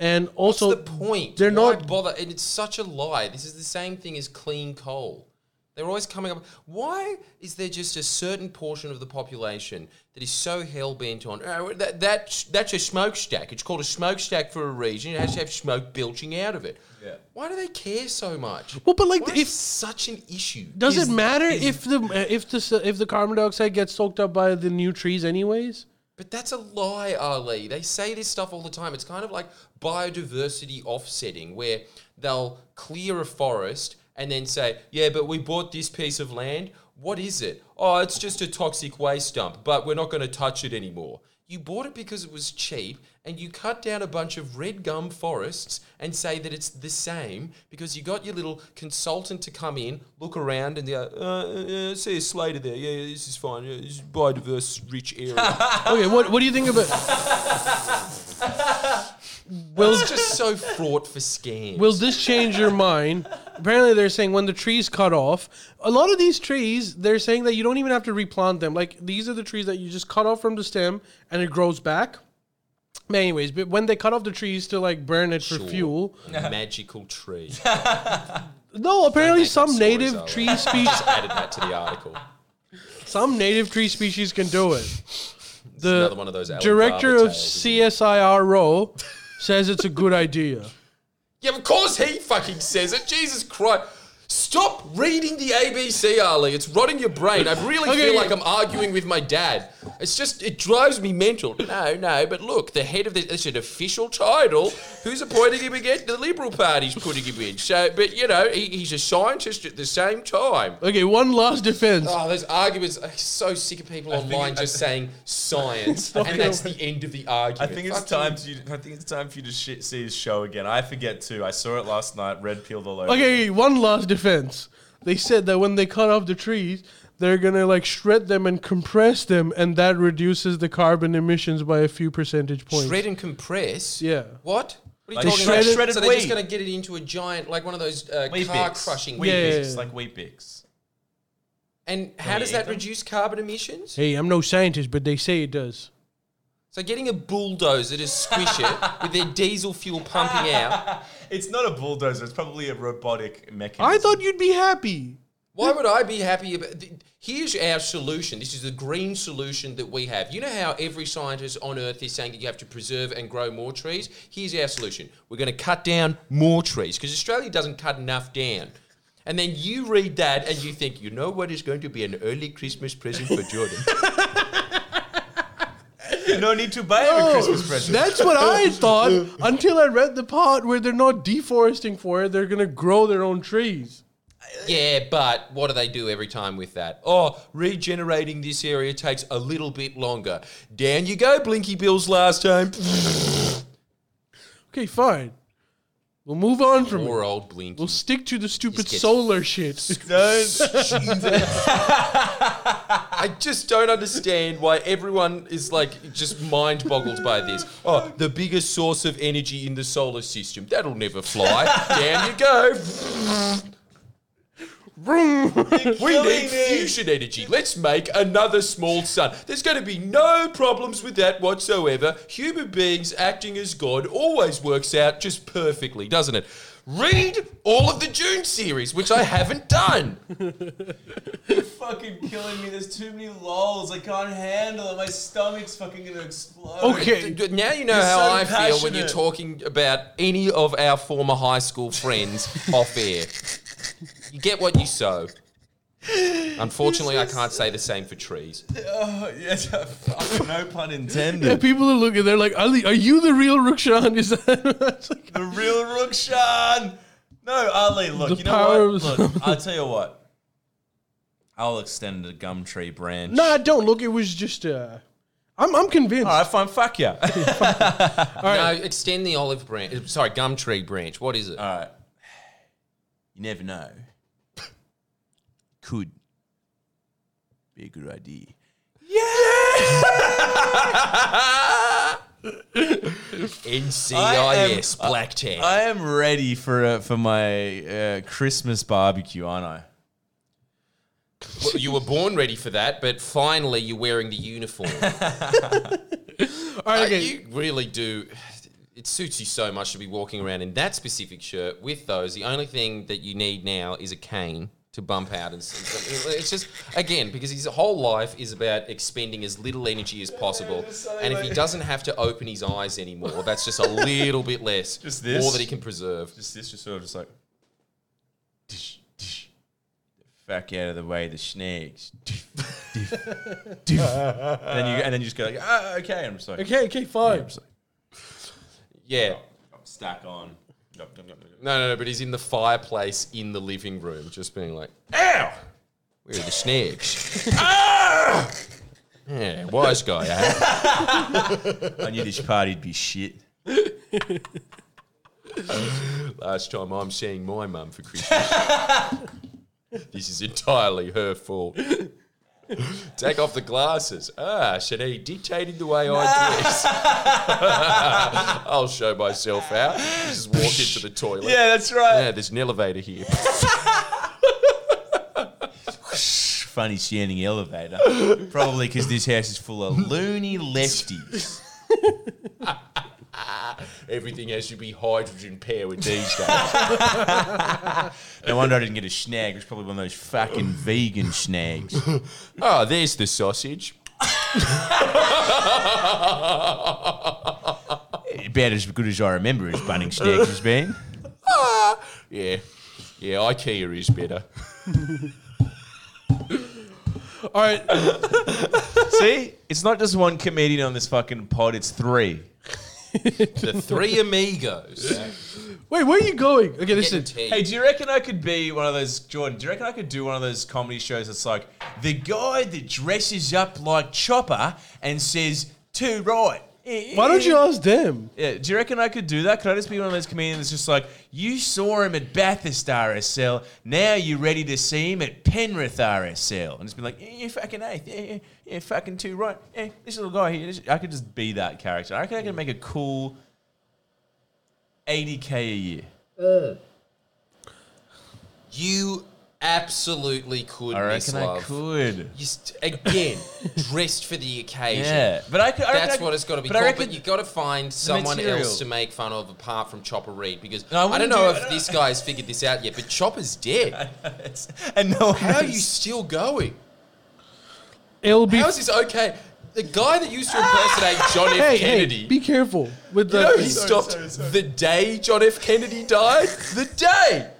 And also, What's the point? They're Why not. bother. And it's such a lie. This is the same thing as clean coal. They're always coming up. Why is there just a certain portion of the population that is so hell bent on "Oh, that, that? That's a smokestack. It's called a smokestack for a reason. It has to have smoke belching out of it. Yeah. Why do they care so much? Well, but, like, Why if- is such an issue? does Is- it matter is- if the if the if the carbon dioxide gets soaked up by the new trees anyways? But that's a lie, Ali. They say this stuff all the time. It's kind of like biodiversity offsetting, where they'll clear a forest and then say, yeah, but we bought this piece of land. What is it? Oh, it's just a toxic waste dump, but we're not going to touch it anymore. You bought it because it was cheap, and you cut down a bunch of red gum forests and say that it's the same because you got your little consultant to come in, look around, and they're, uh, uh, see a slater there. Yeah, yeah, this is fine. Yeah, this is biodiverse rich area. Okay, what what do you think about? Well, it's just so fraught for scams. Will this change your mind? Apparently, they're saying when the trees cut off, a lot of these trees, they're saying that you don't even have to replant them. Like these are the trees that you just cut off from the stem and it grows back. But anyways, but when they cut off the trees to like burn it for Sure. fuel, magical tree. no, apparently make up some stories, native Owen. tree species, Added that to the article. some native tree species can do it. another one of those The Alan director Barber of tales, isn't CSIRO says it's a good idea. Yeah, of course he fucking says it. Jesus Christ. Stop reading the ABC, Ali. It's rotting your brain. I really Okay, feel yeah. like I'm arguing with my dad. It's just, it drives me mental. No, no, but look, the head of this, it's an official title. Who's appointing him again? The Liberal Party's putting him in. So, but you know, he, he's a scientist at the same time. Okay, one last defense. Oh, those arguments. I'm so sick of people think online it- I just saying science, and that's the end of the I argument. think it's Fuck time to. I think it's time for you to sh- see his show again. I forget too. I saw it last night. Red peeled all over. Okay, one last defense. They said that when they cut off the trees, they're gonna like shred them and compress them, and that reduces the carbon emissions by a few percentage you. points. Shred and compress. Yeah. What? What are you Like talking shredded- about? so they're just shredded going to get it into a giant, like one of those uh, Weet car Bix. crushing. Weet Yeah, yeah, Bix, yeah. like Weet Bix. And how you does eat that them? reduce carbon emissions? Hey, I'm no scientist, but they say it does. So getting a bulldozer to squish it with their diesel fuel pumping out. It's not a bulldozer. It's probably a robotic mechanism. I thought you'd be happy. Why would I be happy about? th- Here's our solution. This is the green solution that we have. You know how every scientist on Earth is saying that you have to preserve and grow more trees. Here's our solution. We're going to cut down more trees because Australia doesn't cut enough down. And then you read that and you think, you know what is going to be an early Christmas present for Jordan. no need to buy him a Christmas present. Oh, That's what I thought until I read the part where they're not deforesting for it; they're gonna grow their own trees. Yeah, but what do they do every time with that? Oh, regenerating this area takes a little bit longer. Down you go, Blinky Bills last time. Okay, fine. We'll move on from it. Poor old Blinky. We'll stick to the stupid Just get- solar shit. Don't. I just don't understand why everyone is like just mind boggled by this. Oh, the biggest source of energy in the solar system. That'll never fly. Down you go. We need fusion energy. Let's make another small sun. There's going to be no problems with that whatsoever. Human beings acting as God always works out just perfectly, doesn't it? Read all of the June series, which I haven't done. fucking killing me. There's too many lols. I can't handle it. My stomach's fucking gonna explode. Okay. D- Now you know You're how so I feel when you're passionate. talking about any of our former high school friends off air. You get what you sow. Unfortunately, I can't say the same for trees. Oh, yes. fucking no pun Yeah, intended. people are looking. They're like, Ali, are you the real Rukshan? Is that? It's like, the real Rukshan. No, Ali. Look, The you know power what? of- Look, I'll tell you what. I'll extend the gum tree branch. no, I don't look. It was just. Uh, I'm I'm convinced. All right, fine. Fuck yeah. No, extend the olive branch. uh, Sorry, gum tree branch. What is it? All right. You never know. Could be a good idea. NCIS I am- uh, black tag. I am ready for uh, for my uh, Christmas barbecue, aren't I? Well, you were born ready for that, but finally you're wearing the uniform. All right, Uh, okay. You really do. It suits you so much to be walking around in that specific shirt with those. The only thing that you need now is a cane to bump out and see something. It's just again because his whole life is about expending as little energy as possible, and if he doesn't have to open his eyes anymore, that's just a little bit less, Just this? more that he can preserve. Just this, just sort of just like. Dish, dish. Fuck out of the way, the snakes. Diff, diff, diff. and then you and then you just go like, ah, okay. I'm just like, okay, okay, fine. I'm just like, Yeah. stack on. Yup, yup, yup, yup, yup. No, no, no, but he's in the fireplace in the living room, just being like, ow! Where are the snags? Ah! Yeah, wise guy, eh? I knew this party'd be shit. Last time I'm seeing my mum for Christmas. this is entirely her fault. Take off the glasses. Ah, Shanae dictated the way I dress. I'll show myself out. Just walk into the toilet. Yeah, that's right. Yeah, there's an elevator here. Funny standing elevator. Probably because this house is full of loony lefties. Everything has to be hydrogen powered these days. No wonder I didn't get a snag. It was probably one of those fucking vegan snags. Oh, there's the sausage. About as good as I remember as bunning snags has been. Yeah. Yeah, IKEA is better. All right. See, it's not just one comedian on this fucking pod; it's three. The three amigos. Wait, where are you going? Okay, Getting listen. tea. Hey, do you reckon I could be one of those Jordan? Do you reckon I could do one of those comedy shows that's like the guy that dresses up like Chopper and says two right? Why don't you ask them? Yeah, do you reckon I could do that? Could I just be one of those comedians that's just like, you saw him at Bathurst RSL, now you're ready to see him at Penrith RSL? And just be like, yeah, yeah fucking eighth, yeah, yeah, yeah, fucking two right, yeah, this little guy here. this- I could just be that character. I reckon I could make a cool 80k a year. You absolutely could, I Miss reckon I Love. could. You st- again, dressed for the occasion. Yeah, but I could. I reckon I That's could- what it's got to be but I called. reckon But you got to find someone material. else to make fun of apart from Chopper Reed because No, I I don't wouldn't know do- if this guy's figured this out yet, but Chopper's dead. it's- and no, one How are you knows. still going? It'll be. How is this okay? The guy that used to impersonate John F. hey, Kennedy. hey, be careful with the. you know he Sorry, stopped sorry, sorry. the day John F. Kennedy died? The day!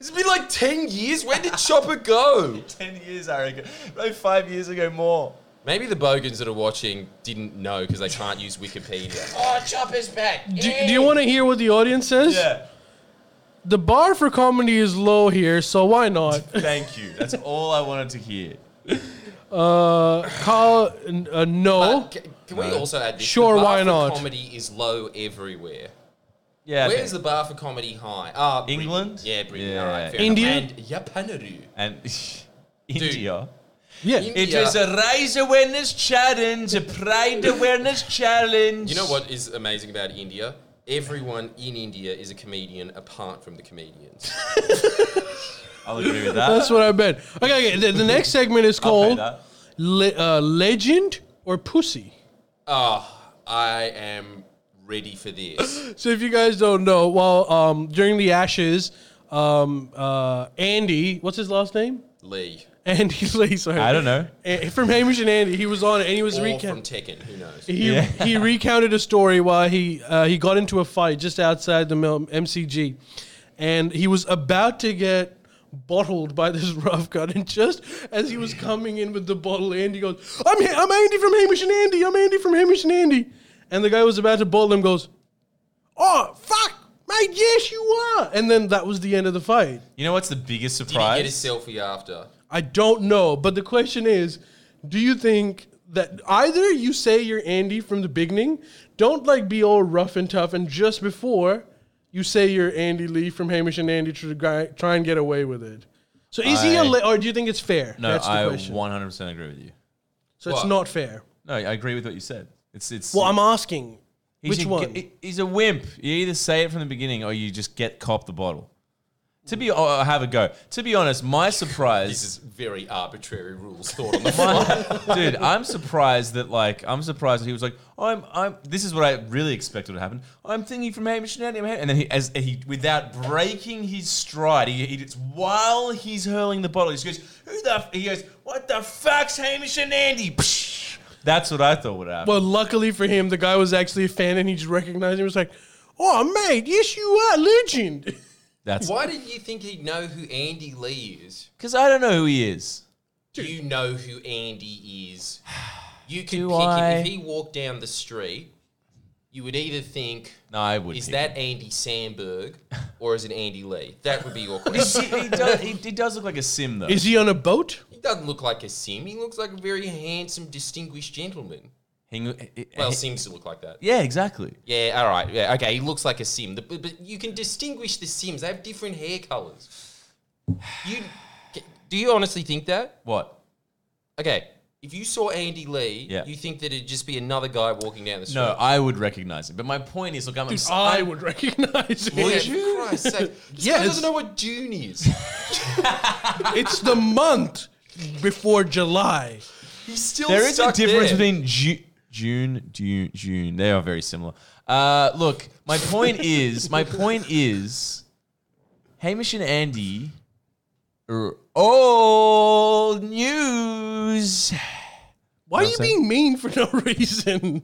It's been like 10 years. When did Chopper go? ten years? I reckon, like five years ago more. Maybe the bogans that are watching didn't know because they can't use Wikipedia. oh, Chopper's back. do, do you want to hear what the audience says? Yeah. The bar for comedy is low here, so why not? Thank you. That's all I wanted to hear. Uh, Kyle, n- uh, no. Uh, ca- can we also add this? Sure, the bar why for not? Comedy is low everywhere. Yeah. okay. Where's the bar for comedy high? Ah, Britain. England? Yeah, Britain. Yeah. All right, fair India? enough. And Japaneru. and India. yeah. in- It Yeah. is a raise awareness challenge, a pride awareness challenge. You know what is amazing about India? Everyone in India is a comedian apart from the comedians. I'll agree with that. That's what I bet. Okay, okay. The, the next segment is I'll pay called that. le- uh, Legend or Pussy. Ah, I am ready for this. So if you guys don't know, well, um, during the Ashes, um, uh, Andy, what's his last name? Lee. Andy Lee. Sorry, I don't know. A- from Hamish and Andy, he was on it and he was Or recounting. from Tekken, who knows? He, Yeah. he recounted a story while he uh, he got into a fight just outside the mil- MCG, and he was about to get bottled by this rough gun. And just as he was coming in with the bottle, Andy goes, "I'm Ha- I'm Andy from Hamish and Andy. I'm Andy from Hamish and Andy." And the guy who was about to bottle him goes, "Oh fuck, mate, yes you are." And then that was the end of the fight. You know what's the biggest Did he get a surprise? selfie after? I don't know, but the question is, do you think that either you say you're Andy from the beginning, don't like be all rough and tough, and just before you say you're Andy Lee from Hamish and Andy, try, guy- try and get away with it. So is he a I- le- or do you think it's fair? No, That's the I question. 100% agree with you. so it's What? not fair. No, I agree with what you said. It's it's. Well, I'm asking he's which a, one. he- He's a wimp. You either say it from the beginning or you just get cop the bottle. To be, or have a go. To be honest, my surprise. This is very arbitrary rules thought on the fly. My- dude, I'm surprised that like I'm surprised that he was like I'm I'm. This is what I really expected to happen. I'm thinking from Hamish and Andy, I'm Hamish." and then he as he without breaking his stride, he, he it's while he's hurling the bottle, he just goes who the f-? he goes what the fuck's Hamish and Andy? That's what I thought would happen. well, luckily for him, the guy was actually a fan and he just recognized him. He was like, "Oh, mate, yes you are, legend." That's Why did you think he'd know who Andy Lee is? because I don't know who he is. You know who Andy is. You could Do pick I? him. If he walked down the street, you would either think, No, I would. is pick that Andy Sandberg or is it Andy Lee? That would be your him. question. he, he does, he, he does look like a sim though. is he on a boat? he doesn't look like a sim. He looks like a very handsome, distinguished gentleman. He- he- Well, he- sims look like that. yeah, exactly. Yeah, all right. Yeah, okay. He looks like a sim, The- but, but you can distinguish the sims. They have different hair colors. You do you honestly think that? What? Okay, if you saw Andy Lee, Yeah. you think that it'd just be another guy walking down the street? No, I would recognize it. But my point is, look, I'm, Dude, I'm I would recognize him. Yeah, for Christ's sake. This guy Yes. doesn't know what June is. It's the month before July. He's still there is a stuck difference there. between Ju- June, June, June. They are very similar. Uh, look, my point is, my point is, Hamish and Andy are old news. Why are you Not saying- being mean for no reason?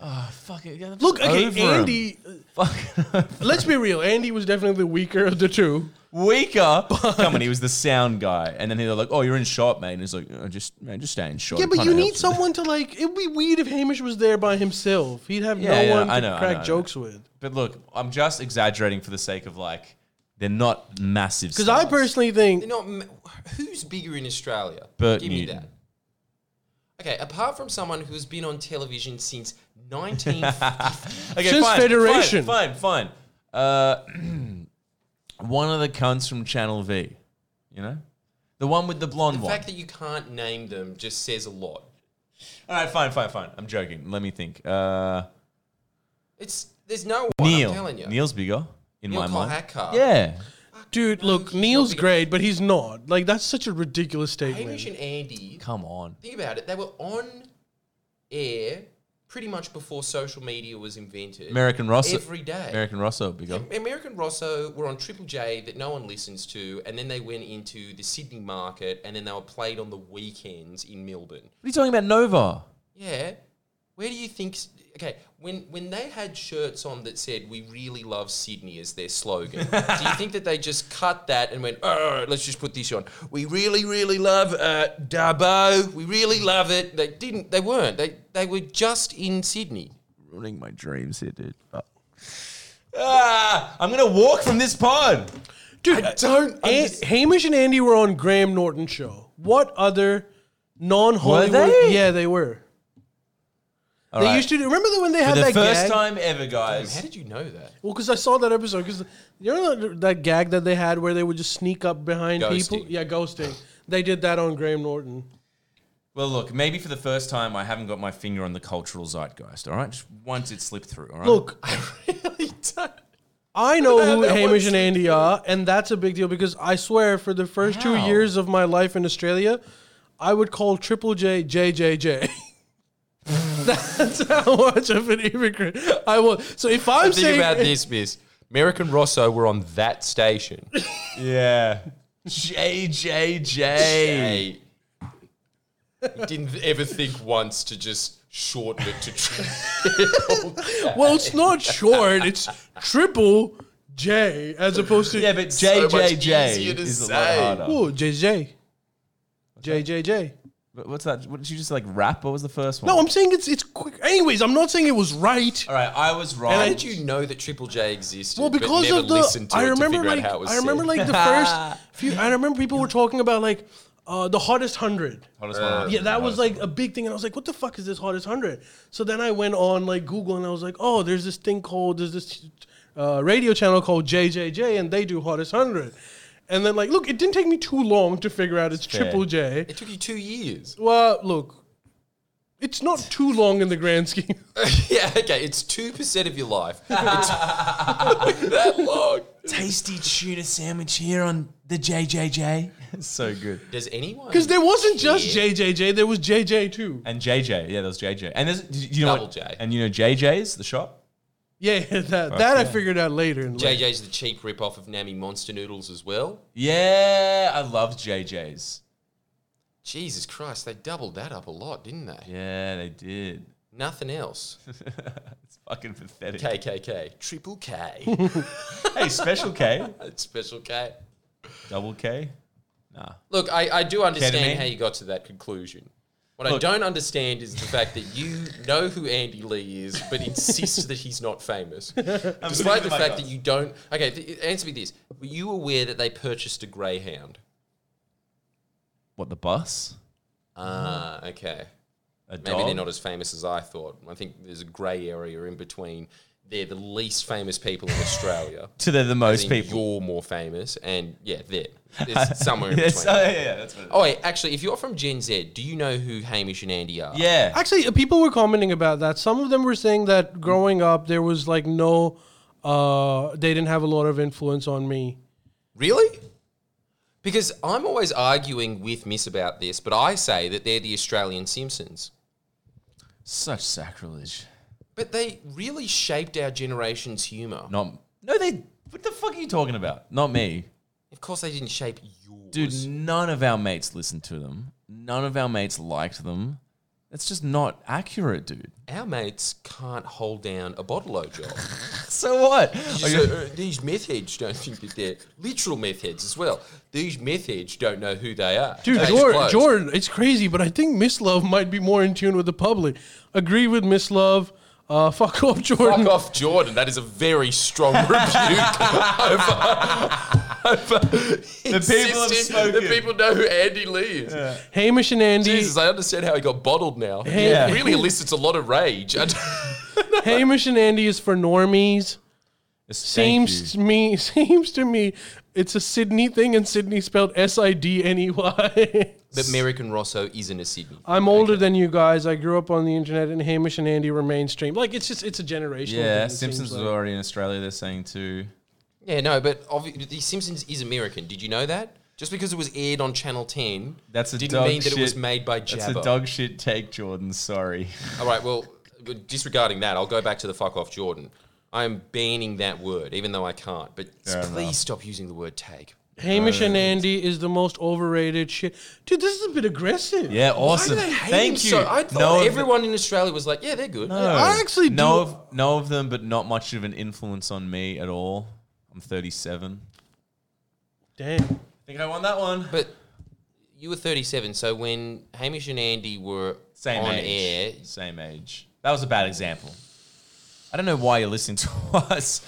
Oh, fuck it. Yeah, I'm Look, just okay, over 'em. Andy. uh, Fuck. Let's be real. Andy was definitely the weaker of the two. Weaker. Come on, he was the sound guy. And then they're like, oh, you're in shot, mate. And he's like, oh, just, man, just stay in shot. Yeah, It but kinda you need helps. someone to like. It would be weird if Hamish was there by himself. He'd have Yeah, no yeah, one I to know, I crack know, I know. jokes with. But look, I'm just exaggerating for the sake of like, they're not massive. Because I stars. personally think They're not. ma- Who's bigger in Australia? Bert Give me Newton. that. Okay, apart from someone who has been on television since 1950. Okay, Since Federation. Fine, fine. fine. Uh, one of the cunts from Channel V, you know? The one with the blonde the one. fact that you can't name them just says a lot. All right, fine, fine, fine. I'm joking. Let me think. Uh, It's there's no one. I'm Neil. telling you. Neil's bigger in Neil my mind. Kohacker. Yeah. Dude, look, Neil's great, but he's not. Like, that's such a ridiculous statement. Hamish and Andy. Come on. Think about it. They were on air pretty much before social media was invented. American Rosso. every day. American Rosso, bigger. American Rosso were on Triple J that no one listens to, and then they went into the Sydney market, and then they were played on the weekends in Melbourne. What are you talking about, Nova? Yeah, where do you think? s- Okay, when when they had shirts on that said "We really love Sydney" as their slogan, do you think that they just cut that and went, "Oh, let's just put this on"? We really, really love uh, Dubbo. We really love it. They didn't. They weren't. They they were just in Sydney. Ruining my dreams here, dude. Fuck. Ah, I'm gonna walk from this pod. Dude, I don't An- underst- Hamish and Andy were on Graham Norton show. What other non Hollywood? they? Yeah, they were. All they right. used to do, remember that when they For had the that first gag? time ever, How guys. did you know that? Well, because I saw that episode. Because you know that, that gag that they had where they would just sneak up behind people. Ghosting. Yeah, ghosting. They did that on Graham Norton. Well, look, maybe for the first time, I haven't got my finger on the cultural zeitgeist. All right, just once it slipped through. All right. Look, I really don't. I know who that Hamish and one Andy are, and that's a big deal because I swear for the first two How? years of my life in Australia, I would call Triple J JJJ. that's how much of an immigrant I was. So if I'm Think saying about this, Miss. American Rosso were on that station. yeah. JJJ. Hey. Didn't ever think once to just shorten it to triple. well, it's not short. It's Triple J as opposed to Yeah, but So much JJJ easier to is a say. lot harder. Ooh, JJ. JJJ. But What's that? What, did you just like rap? What was the first one? No, I'm saying it's it's quick. Anyways, I'm not saying it was right. All right, I was wrong. How did you know that Triple J existed? Well, because but never of the, listened to I it to remember figure out like how it was I remember said? like the first few. I remember people were talking about like uh, the hottest hundred. Hottest Uh, 100. Yeah, that was Hottest like a big thing, and I was like, "What the fuck is this hottest hundred? So then I went on like Google, and I was like, "Oh, there's this thing called there's this uh, radio channel called JJJ, and they do hottest hundred. And then like, look, it didn't take me too long to figure out it's Fair. Triple J. it took you two years. Well, look, it's not too long in the grand scheme. yeah, okay, it's two percent of your life. It's that long. tasty tuna sandwich here on the JJJ. so good. Does anyone? Because there wasn't just Yeah. JJJ, there was JJ too. And JJ, yeah, there was JJ. And there's, did you know Double what- J. And you know JJ's the shop. Yeah, that that I figured out later. In life. JJ's the cheap rip-off of Nami Monster Noodles as well. Yeah, I love JJ's. Jesus Christ, they doubled that up a lot, didn't they? Yeah, they did. Nothing else. it's fucking pathetic. KKK, Triple K, Hey, special K, Special K. double K. Nah. Look, I, I do understand Ketamine? how you got to that conclusion. What Look- I don't understand is the fact that you know who Andy Lee is, but insist that he's not famous, despite the my fact God. that you don't. Okay, th- answer me this: Were you aware that they purchased a greyhound? What the bus? Ah, okay. A Maybe Mm-hmm. dog? they're not as famous as I thought. I think there's a grey area in between. They're the least famous people in Australia. to the, the As most in people. You're more famous, and yeah, there. It's somewhere in Yes, between. oh, yeah, yeah, that's what it is. Oh, wait, actually, if you're from Gen Z, do you know who Hamish and Andy are? Yeah. Actually, uh, people were commenting about that. Some of them were saying that growing up, there was like no, uh, they didn't have a lot of influence on me. Really? Because I'm always arguing with Miss about this, but I say that they're the Australian Simpsons. Such sacrilege. But they really shaped our generation's humour. Not. No, they. What the fuck are you talking about? Not me. Of course, they didn't shape yours. Dude, none of our mates listened to them. None of our mates liked them. They're That's just not accurate, dude. Our mates can't hold down a bottle o job. So what? Are you- Just, uh, these meth heads don't think that they're literal meth heads as well. These meth heads don't know who they are. Dude, They just Jordan, close. Jordan, it's crazy, but I think Miss Love might be more in tune with the public. Agree with Miss Love. Uh, fuck off, Jordan. Fuck off, Jordan. That is a very strong rebuke. over, over the people have spoken. The people know who Andy Lee is. Hamish and Andy. Jesus, I understand how he got bottled now. Hey- It really elicits a lot of rage. I d- Hamish and Andy is for normies. Yes, thank Seems you. to me, seems to me, it's a Sydney thing, and Sydney spelled S I D N E Y. but Merrick and Rosso isn't a Sydney. I'm older than you guys. I grew up on the internet, and Hamish and Andy were mainstream. Like it's just, it's a generational. thing, Yeah, it seems Simpsons was like. already in Australia. They're saying too. Yeah, no, but obvi- The Simpsons is American. Did you know that? Just because it was aired on Channel 10 That's a didn't dog mean that shit. it was made by Jabba. That's a dog shit take, Jordan. Sorry. All right, well, uh, disregarding that, I'll go back to the fuck off Jordan. I'm banning that word, even though I can't. But please stop using the word tag. Hamish uh, and Andy is the most overrated shit. Dude, this is a bit aggressive. Yeah, Why awesome. do they hate Thank him you. So, I thought No, of- everyone in Australia was like, yeah, they're good. No. I actually know do- of know of them, but not much of an influence on me at all. I'm 37. Damn. think I won that one. But you were 37, so when Hamish and Andy were Same on age. air, Same age. That was a bad example. I don't know why you're listening to us.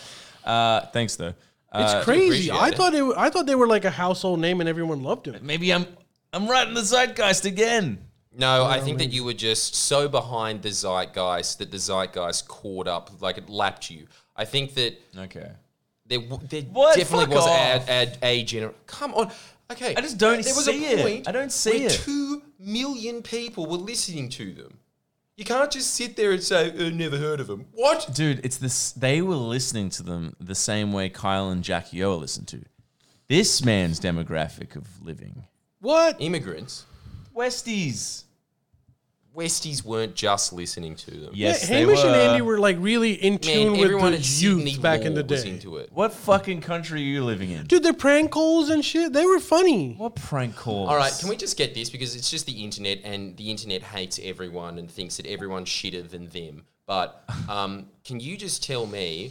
Uh, thanks though. It's Uh, crazy. appreciate I it. thought it. I thought they were like a household name, and everyone loved him. Maybe I'm I'm right in the zeitgeist again. no, I think that you were just so behind the zeitgeist that the zeitgeist caught up, like it lapped you. I think that Okay. there, w- there What? definitely Fuck was a, off. a, a gener- Come on. Okay. I just don't There was see a it. point I don't see where it. two million people were listening to them. You can't just sit there and say, oh, never heard of them. What? Dude, it's this they were listening to them the same way Kyle and Jackie O listen to. This man's demographic of living. What? Immigrants. Westies. Westies weren't just listening to them. Yes, they Hamish and were. Andy were like really in tune Man, with everyone the at youth Sydney back in Law the was day. into it. What fucking country are you living in? Dude, their prank calls and shit, they were funny. What prank calls? All right, can we just get this because it's just the internet, and the internet hates everyone and thinks that everyone's shitter than them. But um, can you just tell me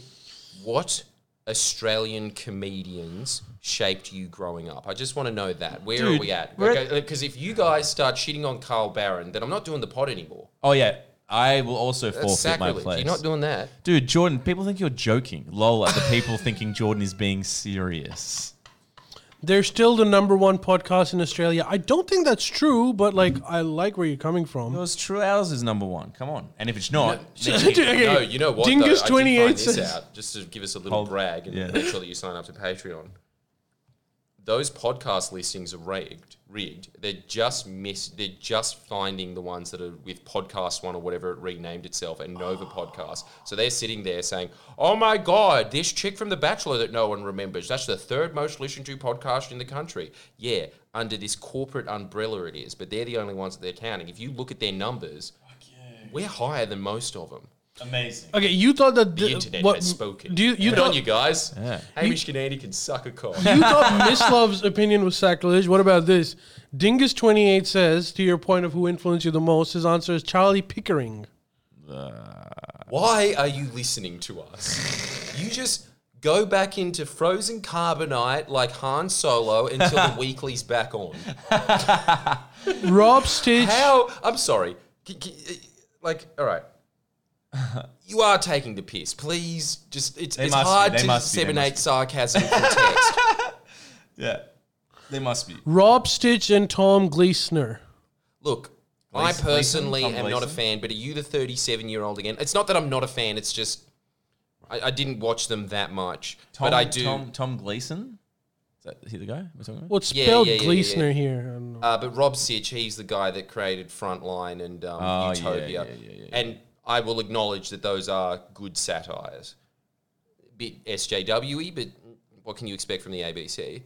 what Australian comedians shaped you growing up? I just want to know that. Where are Dude, we at? we're Because at- if you guys start shitting on Carl Barron, then I'm not doing the pod anymore. Oh yeah, I will also That's forfeit my sacrilege. place. You're not doing that. Dude, Jordan, people think you're joking. Lol, are the people thinking Jordan is being serious. They're still the number one podcast in Australia. I don't think that's true, but like, I like where you're coming from. Those True Hours is number one. Come on. And if it's not, Okay. No, you know what? though? Dingus I did twenty eight find this says. out just to give us a little Hold- brag and yeah. make sure that you sign up to Patreon. Those podcast listings are rigged. Rigged. They're just miss. They're just finding the ones that are with Podcast One or whatever it renamed itself and Nova Podcast. So they're sitting there saying, "Oh my God, this chick from The Bachelor that no one remembers. That's the third most listened to podcast in the country. Yeah, under this corporate umbrella it is, but they're the only ones that they're counting. If you look at their numbers, we're higher than most of them." amazing. Okay, you thought that The th- internet what, has spoken. Do you, you Good on thought you you, guys. Yeah. Hamish Canady can suck a cock. thought Miss Love's opinion was sacrilege? What about this? Dingus twenty eight says to your point of who influenced you the most. His answer is Charlie Pickering. Why are you listening to us? You just go back into frozen carbonite like Han Solo until the weekly's back on. Rob Stitch. How? I'm sorry. C- c- Like, all right. You are taking the piss. Please, just it's, it's must be, hard they to must be, they disseminate must sarcasm from text. Yeah. They must be. Rob Stitch and Tom Gleesner. Look, I Gleason, personally Tom am not a Gleason? fan, but are you the 37 year old again? It's not that I'm not a fan, it's just I, I didn't watch them that much. Tom, but I do. Tom, Tom Gleason? Is that is he the guy we're talking about? What's Yeah, spelled yeah, yeah, yeah, Gleesner here? I don't know. Uh, but Rob Sitch, he's the guy that created Frontline and um, Oh, yeah, Utopia. yeah, yeah, yeah, And I will acknowledge that those are good satires. Bit SJWE, but what can you expect from the ABC?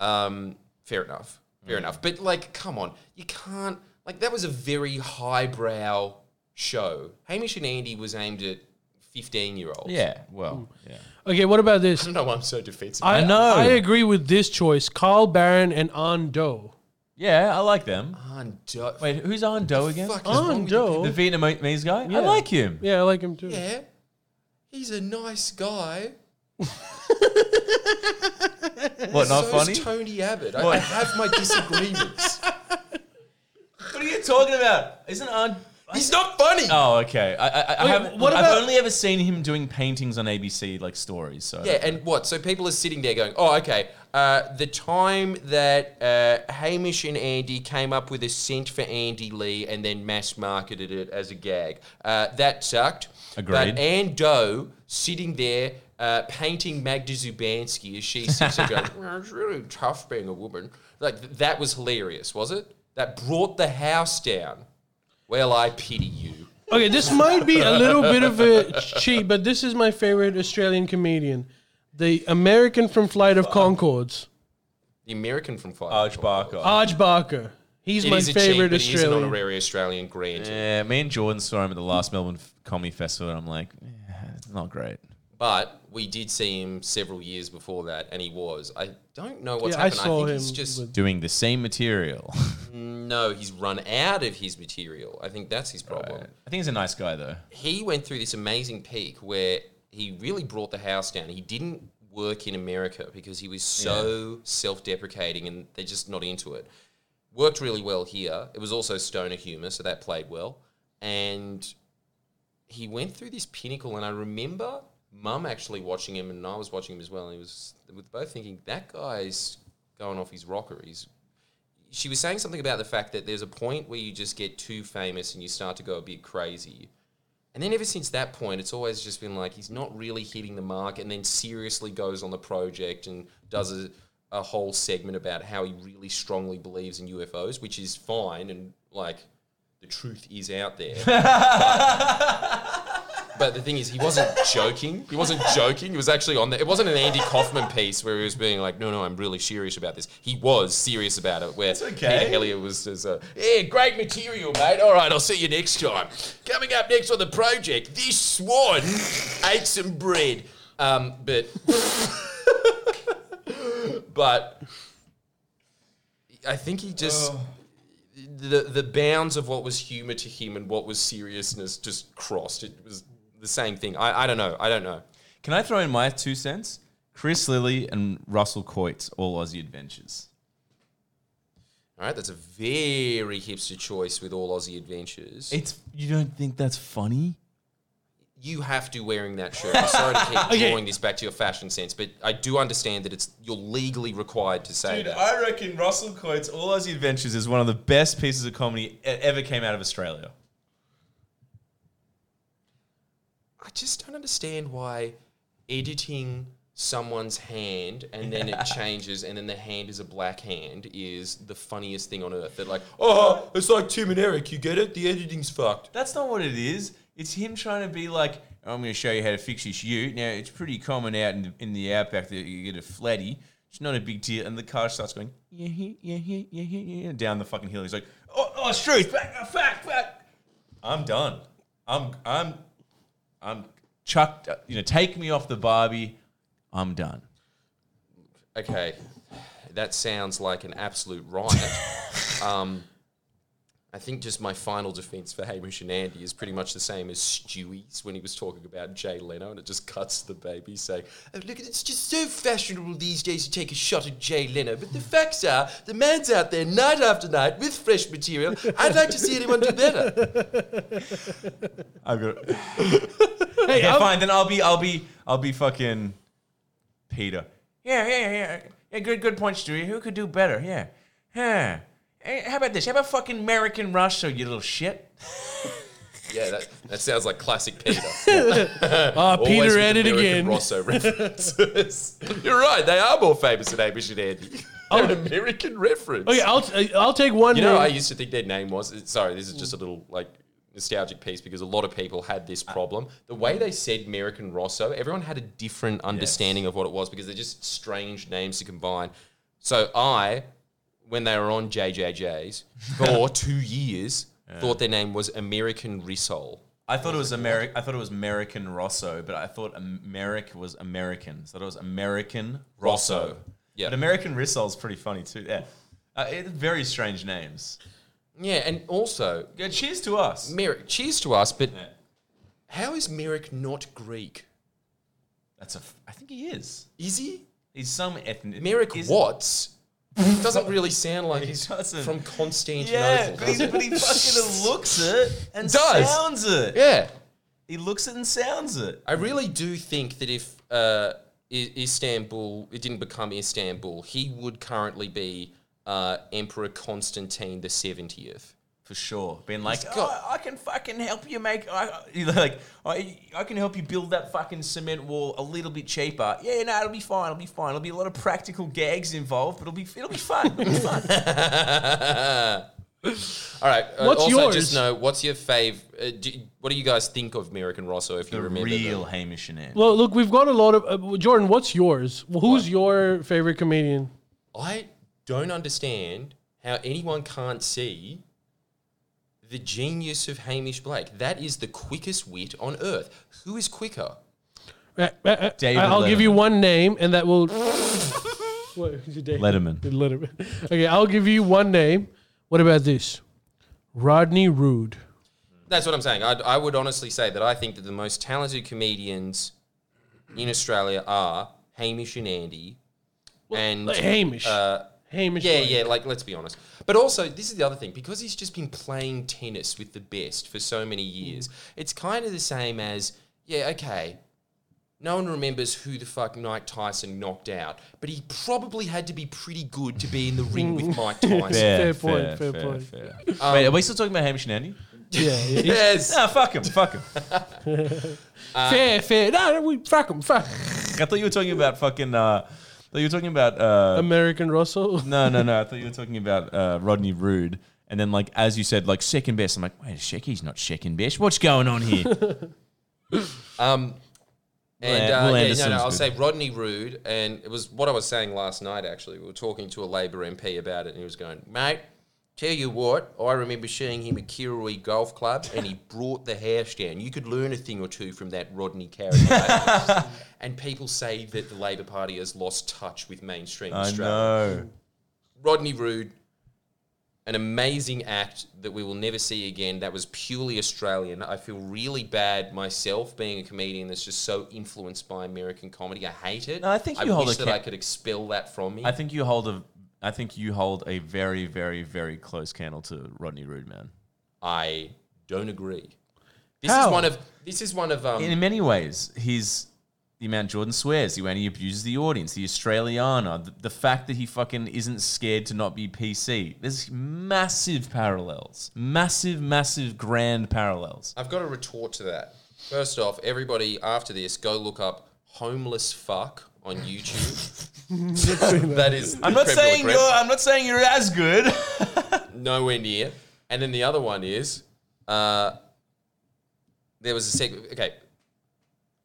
Um, fair enough. Mm. Fair enough. But, like, come on. You can't. Like, that was a very highbrow show. Hamish and Andy was aimed at 15 year olds. Yeah, well, yeah. Okay, what about this? I don't know why I'm so defensive. I I know. I agree with this choice, Carl Barron and Ando. Yeah, I like them. Undo- Wait, who's Arne Do again? fuck is Arne wrong with Doe? you The Vietnamese guy? Yeah. I like him. Yeah, I like him too. people? Yeah, he's a nice guy. What, not So's funny? Tony Abbott. I, What? I have my disagreements. What are you talking about? Isn't Arne. he's not funny. Oh, okay. I, I, I Wait, haven't, what I've about- only ever seen him doing paintings on ABC, like stories. So Yeah, and what? So people are sitting there going, "Oh, okay." Uh, the time that uh, Hamish and Andy came up with a scent for Andy Lee and then mass marketed it as a gag. Uh, that sucked. Agreed. But Anne Doe sitting there uh, painting Magda Zubansky as she sits there going, well, "It's really tough being a woman." Like th- that was hilarious, was it? That brought the house down. Well, I pity you. Okay, this might be a little bit of a cheat, but this is my favorite Australian comedian, the American from Flight of Concords, The American from Five. Arj Barker. Arj Barker. He's Oh, It my is a cheat, favorite but he is an Australian. honorary Australian grant. yeah, me and Jordan saw him at the last Melbourne F- Comedy Festival, and I'm like, "Yeah, it's not great. But we did see him several years before that, and he was. I don't know what's Yeah, I happened. I, saw think him he's just with- Doing the same material. no. He's run out of his material. I think that's his problem. I think he's a nice guy, though. He went through this amazing peak where he really brought the house down. He didn't work in America because he was so self-deprecating, and they're just not into it. Worked really well here. It was also stoner humor, so that played well. And he went through this pinnacle, and I remember mum actually watching him, and I was watching him as well. And he was we were both thinking that guy's going off his rocker. He's she was saying something about the fact that there's a point where you just get too famous and you start to go a bit crazy. And then ever since that point, it's always just been like he's not really hitting the mark, and then seriously goes on the project and does a, a whole segment about how he really strongly believes in UFOs, which is fine and like the truth is out there. But the thing is, he wasn't joking. He wasn't joking. He was actually on there. It wasn't an Andy Kaufman piece where he was being like, "No, no, I'm really serious about this." He was serious about it. Where okay. Peter Elliott was just, uh, "Yeah, great material, mate. All right, I'll see you next time." Coming up next on the project, this swan ate some bread. Um, but but I think he just the the bounds of what was humor to him and what was seriousness just crossed. It was the same thing. I, I don't know. I don't know. Can I throw in my two cents? Chris Lilly and Russell Coit's All Aussie Adventures. All right, that's a very hipster choice with all Aussie adventures. It's you don't think that's funny? you have to wearing that shirt. I'm sorry to keep drawing this back to your fashion sense, but I do understand that it's you're legally required to say Dude, that. I reckon Russell Coates' All Aussie Adventures is one of the best pieces of comedy e- ever came out of Australia. I just don't understand why editing someone's hand and then it changes and then the hand is a black hand is the funniest thing on earth. They're like, oh, it's like Tim and Eric. You get it? The editing's fucked. That's not what it is. It's him trying to be like, I'm going to show you how to fix this ute. Now, it's pretty common out in the, in the outback that you get a flatty. It's not a big deal. And the car starts going, yeah, yeah, yeah, yeah, yeah, yeah, yeah, down the fucking hill. He's like, oh, oh, it's true. Back, uh, back, back. I'm done. I'm, I'm, I'm chucked. You know, take me off the Barbie. I'm done. Okay, that sounds like an absolute riot. um, I think just my final defense for Hamish and Andy is pretty much the same as Stewie's when he was talking about Jay Leno, and it just cuts to the baby saying, oh, Look, it's just so fashionable these days to take a shot at Jay Leno, but the facts are the man's out there night after night with fresh material. I'd like to see anyone do better. I've got. Hey, Yeah, I'm- fine. Then I'll be, I'll be, I'll be fucking Peter. Yeah, yeah, yeah. Yeah, good, good point, Stewie. Who could do better? Yeah, yeah. Hey, how about this? How about fucking American Russo, you little shit? Yeah, that, that sounds like classic Peter. Ah, Always with Peter at it American again. Rosso references. You're right. They are more famous than Hamish and Andy. They're an American reference. Oh. Okay, uh, I'll t- I'll take one. you know, name. what I used to think their name was. uh, Sorry, this is just a little like nostalgic piece because a lot of people had Uh, this problem. The way they said American Rosso, everyone had a different understanding of what it was because they're just strange names to combine. So I, when they were on JJJ's for two years, thought their name was American Rissole. I thought it was American. I thought it was American Rosso, but I thought Americ was American. So it was American Rosso. Yeah. But American Rissol's pretty funny too. Yeah. Uh, it, very strange names. Yeah, and also, Yeah, cheers to us. Merrick, cheers to us, but how is Merrick not Greek? That's a. f- I think he is. Is he? He's some ethnic. Merrick is- Watts doesn't really sound like he's doesn't. from Constantinople. Yeah, but, does he's, it? but he fucking looks it and Does. sounds it. yeah. He looks it and sounds it. I really do think that if uh, I- Istanbul, it didn't become Istanbul, he would currently be uh, Emperor Constantine the 70th. for sure. Being like, got- oh, I can fucking help you make, I, I-" you're like, I, I can help you build that fucking cement wall a little bit cheaper. Yeah, no, it'll be fine. It'll be fine. It'll be a lot of practical gags involved, but it'll be, it'll be fun. It'll be fun. All right. uh, What's also, yours? just know what's your fave? Uh, do, what do you guys think of Merrick and Rosso? If you the remember, real them? Hamish and Ann. Well, look, we've got a lot of uh, Jordan. What's yours? Who's your favorite comedian? I don't understand how anyone can't see the genius of Hamish Blake. That is the quickest wit on earth. Who is quicker? Uh, uh, uh, David I'll give Letterman. you one name, and that will. what, is it David? Letterman. Letterman. Okay, I'll give you one name. What about this? Rodney Rude. That's what I'm saying. I, I would honestly say that I think that the most talented comedians in Australia are Hamish and Andy, and Like Hamish. uh, Hamish. yeah, Blake. yeah. Like let's be honest. But also, this is the other thing because he's just been playing tennis with the best for so many years. It's kind of the same as yeah, okay. No one remembers who the fuck Mike Tyson knocked out, but he probably had to be pretty good to be in the ring with Mike Tyson. Fair point, fair point. Wait, are we still talking about Hamish and Andy? Yeah, yeah. yes. No, fuck him, fuck him. Uh, fair, fair. No, no, we fuck him, fuck. 'em. I thought you were talking about fucking. Uh, I thought you were talking about. Uh, American Russell. no, no, no. I thought you were talking about uh, Rodney Rude. And then, like as you said, like second best. I'm like, wait, Sheck, he's not second best. What's going on here? Um, and Will uh, yeah, no, Anderson's no, I'll good. say Rodney Rude, and it was what I was saying last night. Actually, we were talking to a Labor MP about it, and he was going, "Mate, tell you what, I remember seeing him at Kirui Golf Club, and he brought the house down. You could learn a thing or two from that Rodney character." and people say that the Labor Party has lost touch with mainstream I Australia. know. Rodney Rude, an amazing act that we will never see again. That was purely Australian. I feel really bad myself being a comedian that's just so influenced by American comedy. I hate it. No, I think you I hold wish a that I ca- could expel that from me. I think you hold a. I think you hold a very, very, very close candle to Rodney Rude, man. I don't agree. This How? is one of this is one of um. In many ways, he's the amount Jordan swears, the amount he abuses the audience, the Australiana, the, the fact that he fucking isn't scared to not be PC. There's massive parallels, massive, massive, grand parallels. I've got a retort to that. First off, everybody after this, go look up homeless fuck on YouTube. that is. I'm not incredible saying aggressive. you're. I'm not saying you're as good. nowhere near. And then the other one is uh, there was a segment. Okay,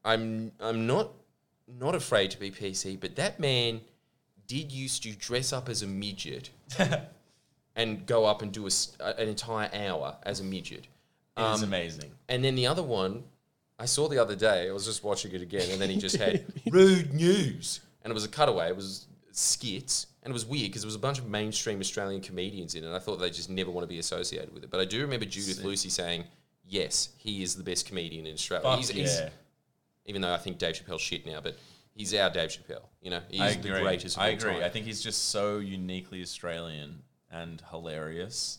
I'm I'm not not afraid to be PC, but that man did used to dress up as a midget and go up and do a s an entire hour as a midget. Um, it's amazing. And then the other one, I saw the other day. I was just watching it again, and then he just had rude news, and it was a cutaway. It was skits, and it was weird because there was a bunch of mainstream Australian comedians in it. And I thought they just never want to be associated with it. But I do remember Judith Lucy saying, "Yes, he is the best comedian in Australia." He's, he's- even though I think Dave Chappelle's shit now, but he's our Dave Chappelle. You know, he's I the agree. greatest. Of I all agree. time. I think he's just so uniquely Australian and hilarious.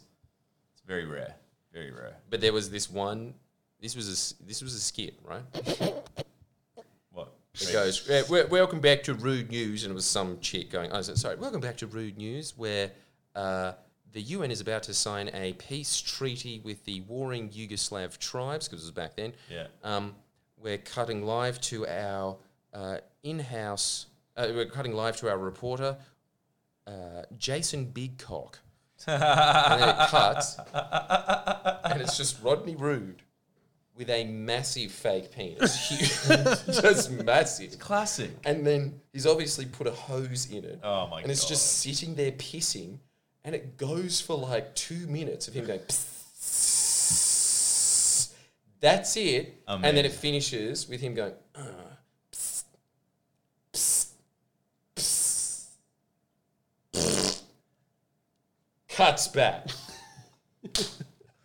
It's very rare. Very rare. But there was this one. This was a s- this was a skit, right? What? It goes, "Yeah, we- welcome back to Rude News, and it was some chick going, oh, so- sorry, welcome back to Rude News, where uh, the UN is about to sign a peace treaty with the warring Yugoslav tribes, because it was back then. Yeah. Um, we're cutting live to our uh, in-house, uh, we're cutting live to our reporter, uh, Jason Bigcock. and then it cuts, and it's just Rodney Rude. With a massive fake penis, huge, just massive. Classic. And then he's obviously put a hose in it. Oh my And it's God. just sitting there pissing, and it goes for like two minutes of him going. "Psst." That's it. And then it finishes with him going. Uh, psst, psst, psst, psst." cuts back.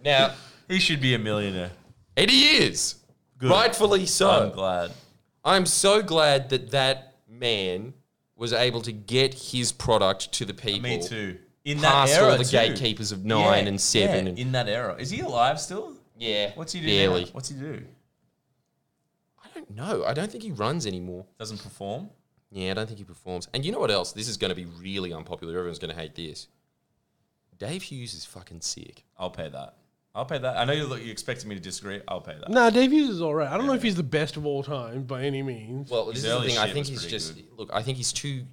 now, He should be a millionaire. it is. Rightfully so. I'm glad. I'm so glad that that man was able to get his product to the people. Me too. In that Past era, all the too. gatekeepers of nine Yeah, and seven. yeah, and, in that era, is he alive still? yeah. What's he do? now? Barely. What's he do? I don't know. I don't think he runs anymore. Doesn't perform. Yeah, I don't think he performs. And you know what else? This is going to be really unpopular. Everyone's going to hate this. Dave Hughes is fucking sick. I'll pay that. I'll pay that. I know you you expected me to disagree. I'll pay that. Nah, Dave Hughes is all right. I don't know if he's the best of all time by any means. Well, this is the early thing. I shit think was he's pretty just look. I think he's too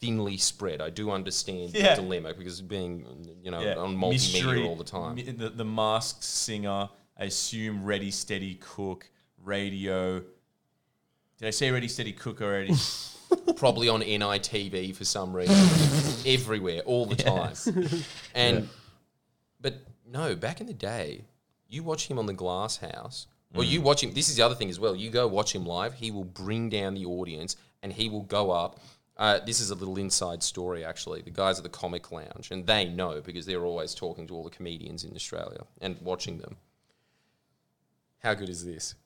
thinly spread. I do understand Yeah. the dilemma because being you know Yeah, on mystery- multimedia all the time. mi- The, the masked singer, I assume Ready Steady Cook, radio. Did I say Ready Steady Cook already? probably on NITV for some reason, everywhere, all the time. And but no, back in the day, you watch him on the Glass House, or you watch him. This is the other thing as well. You go watch him live. He will bring down the audience, and he will go up. Uh, this is a little inside story, actually. The guys at the Comic Lounge, and they know because they're always talking to all the comedians in Australia and watching them. How good is this?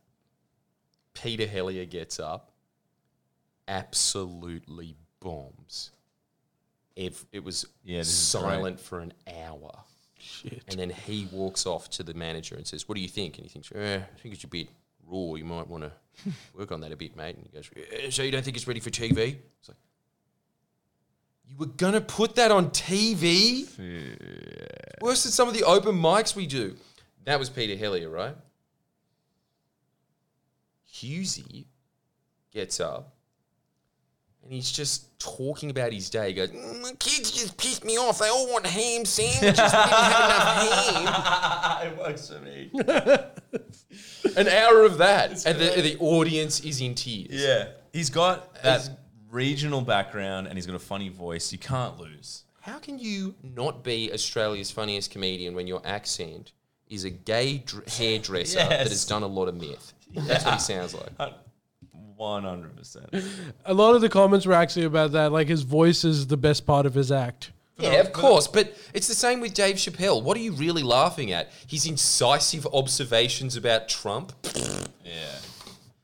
Peter Hellier gets up absolutely bombs. If it was this is silent for an hour. And then he walks off to the manager and says, What do you think? And he thinks, eh, I think it's a bit raw. You might want to work on that a bit, mate. And he goes, "Eh, So you don't think it's ready for TV? It's like, You were going to put that on TV? It's worse than some of the open mics we do. That was Peter Hellier, right? Husey gets up and he's just talking about his day. He goes, "Mm, my kids just pissed me off. They all want ham sandwiches. They didn't have enough ham. It works for me. An hour of that, and the, the audience is in tears. Yeah, he's got that As- regional background and he's got a funny voice. You can't lose. How can you not be Australia's funniest comedian when your accent is a gay dr- hairdresser that has done a lot of meth? That's what he sounds like. One hundred percent. A lot of the comments were actually about that. Like his voice is the best part of his act. Yeah, of course, but it's the same with Dave Chappelle. What are you really laughing at? His incisive observations about Trump? Yeah.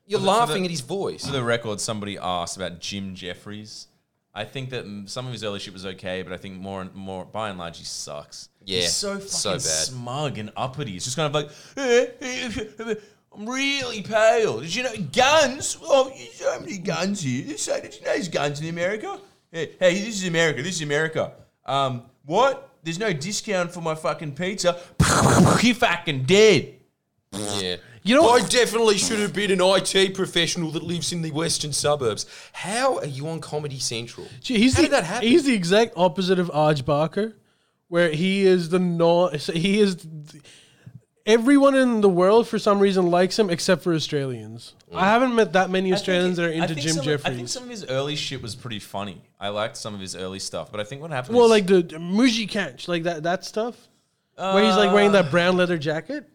You're the- for laughing the- at his voice. For the record, somebody asked about Jim Jeffries. I think that mm, some of his early shit was okay, but I think more and more, by and large, he sucks. Yeah, he's so fucking so bad. smug and uppity. It's just kind of like, "Eh, eh, eh, I'm really pale. Did you know guns? Oh, there's so many guns here. So did you know there's guns in America? Hey, hey, this is America. This is America. Um, what? There's no discount for my fucking pizza. He fucking dead. yeah. You know, I definitely should have been an IT professional that lives in the western suburbs. How are you on Comedy Central? Gee, He's How the, did that happen? He's the exact opposite of Arj Barker, where he is the non. so He is th- everyone in the world for some reason likes him except for Australians. I haven't met that many Australians that are Mm. I into think Jim some of- I think Jeffries. some of his early shit was pretty funny. I liked some of his early stuff, but I think what happened Well, is- like the Muji Kanch, like that that stuff, where he's like Uh, wearing that brown leather jacket.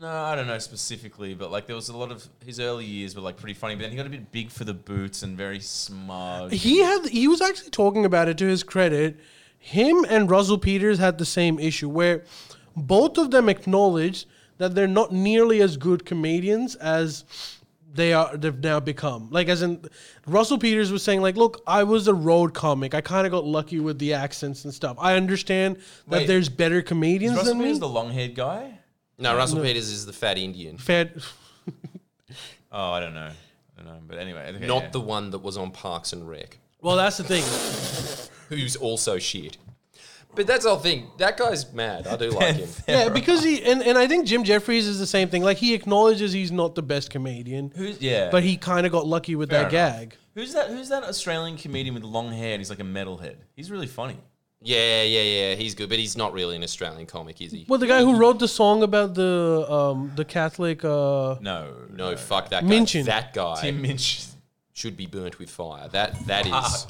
no, I don't know specifically, but like there was a lot of his early years were like pretty funny, but then he got a bit big for the boots and very smug. He had he was actually talking about it to his credit. Him and Russell Peters had the same issue where both of them acknowledged that they're not nearly as good comedians as they are they've now become. Like as in Russell Peters was saying like, "Look, I was a road comic. I kind of got lucky with the accents and stuff. I understand that Wait. there's better comedians Russell than me." Peters, the long haired guy. Mm. no, Russell Peters is the fat Indian, Fed- Oh, I don't know, I don't know. But anyway, okay, not yeah. the one that was on Parks and Rec, well, that's the thing. who's also shit. But that's the whole thing. That guy's mad. I do like him. Yeah, because he and, and I think Jim Jeffries is the same thing. Like he acknowledges he's not the best comedian. who's yeah. but he kind of got lucky with that enough. gag. who's that? Who's that Australian comedian with long hair? and He's like a metalhead. He's really funny. Yeah, yeah, yeah. He's good, but he's not really an Australian comic, is he? Well, the guy who wrote the song about the um, the Catholic, uh, No, No, fuck that guy. Minchin. That guy Tim Minch. should be burnt with fire. That that is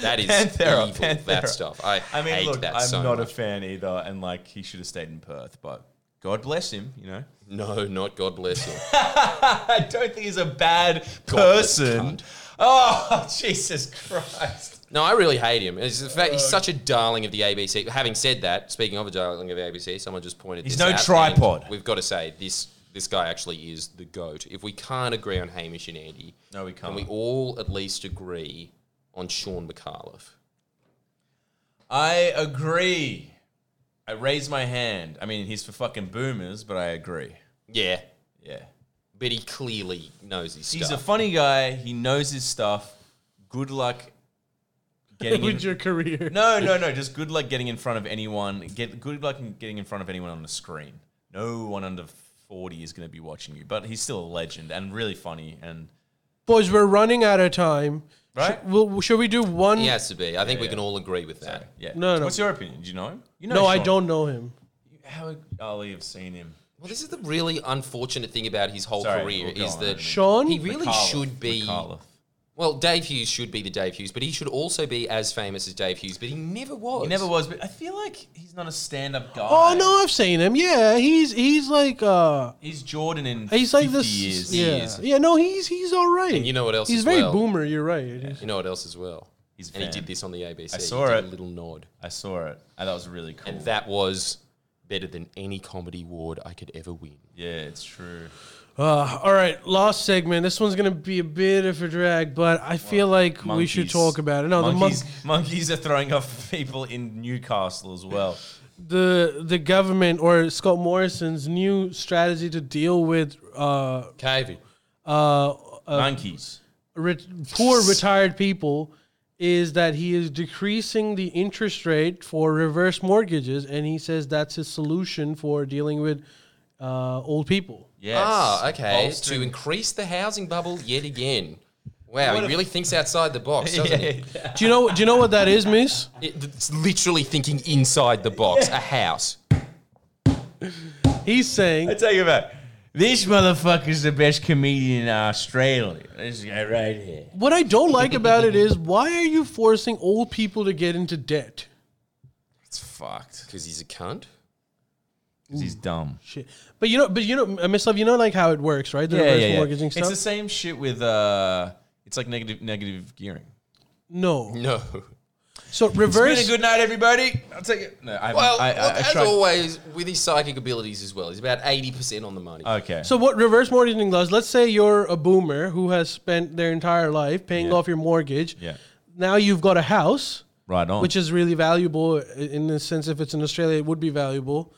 that is Panthera, evil. That Panthera. stuff. I, I mean, hate look, that I'm so not much. a fan either, and like he should have stayed in Perth, but God bless him, you know. no, not God bless him. I don't think he's a bad Godless person. cunt. Oh, Jesus Christ. No, I really hate him. It's the fact he's such a darling of the ABC. Having said that, speaking of a darling of the ABC, someone just pointed. He's this no out, and tripod. We've got to say this. This guy actually is the goat. If we can't agree on Hamish and Andy, No, we can can't. we all at least agree on Sean McAuliffe? I agree. I raise my hand. I mean, he's for fucking boomers, but I agree. Yeah, Yeah. but he clearly knows his He's a stuff. funny guy. He knows his stuff. Good luck getting in. with your career. No, no, no. Just good luck getting in front of anyone. Get good luck in getting in front of anyone on the screen. No one under forty is going to be watching you, but he's still a legend and really funny. And Boys, we're running out of time. Right? Sh- will should we do one? he has to be. I think we can all agree with that. yeah, No, no. What's your opinion? Do you know? You know? No, I Sean. don't know him. How Ali have seen him? Well, this is the really unfortunate thing about his whole Sorry, career we'll go is on. that Sean? he really McAuliffe, should be. McAuliffe. Well, Dave Hughes should be the Dave Hughes, but he should also be as famous as Dave Hughes. But he never was. He never was, but I feel like he's not a stand-up guy. Oh no, I've seen him. Yeah, he's he's like uh he's Jordan in he's like 50 this years. yeah. years. Yeah, no, he's he's all right. And you know what else He's as very well? boomer, you're right. It is. You know what else as well? He's a and he fan. did this on the ABC. I saw he it. did A little nod, I saw it. I thought it was really cool. and that was better than any comedy award I could ever win. yeah, it's true. Uh, all right, last segment. This one's gonna be a bit of a drag, but I feel like we should Monkeys. talk about it. No, monkeys, monkeys are throwing off people in Newcastle as well. the mon- the the government or Scott Morrison's new strategy to deal with uh Cavey. uh, uh monkeys. ret- poor retired people is that he is decreasing the interest rate for reverse mortgages, and he says that's his solution for dealing with uh, old people. Yes. Ah, okay. Bolstering- To increase the housing bubble yet again. Wow, he a- really thinks outside the box, doesn't he? Do you know? Do you know what that is, Miss? It- It's literally thinking inside the box, a house. He's I saying tell you about this motherfucker's the best comedian in Australia. This guy right here. what I don't like about it is why are you forcing old people to get into debt? It's fucked. Because he's a cunt. Because he's dumb. Shit. But you know, but you know, uh, Miss Love, you know, like how it works, right? The reverse mortgaging It's stuff. the same shit with uh it's like negative negative gearing. no. No. So reverse. Been a good night, everybody. I'll take it. No, I, Well, I, I, look, I as tried- always, with his psychic abilities as well, he's about 80% on the money. Okay. So what reverse mortgaging does? Let's say you're a boomer who has spent their entire life paying off your mortgage. Yeah. Uh-huh. Now you've got a house, right on. which is really valuable in the sense if it's in Australia, it would be valuable.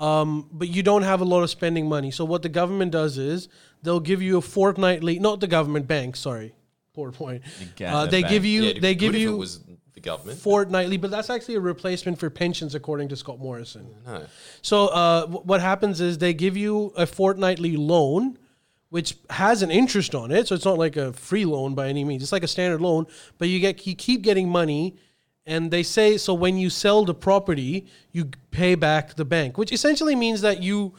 Um, but you don't have a lot of spending money. So what the government does is they'll give you a fortnightly, not the government bank, sorry, poor point. ga- Uh, the they bank. give you Yeah, it'd be they good give if you it was the government. fortnightly, but that's actually a replacement for pensions, according to Scott Morrison. no. So uh, w- what happens is they give you a fortnightly loan, which has an interest on it. So it's not like a free loan by any means. It's like a standard loan, but you get you keep getting money, and they say so when you sell the property, you g- pay back the bank, which essentially means that you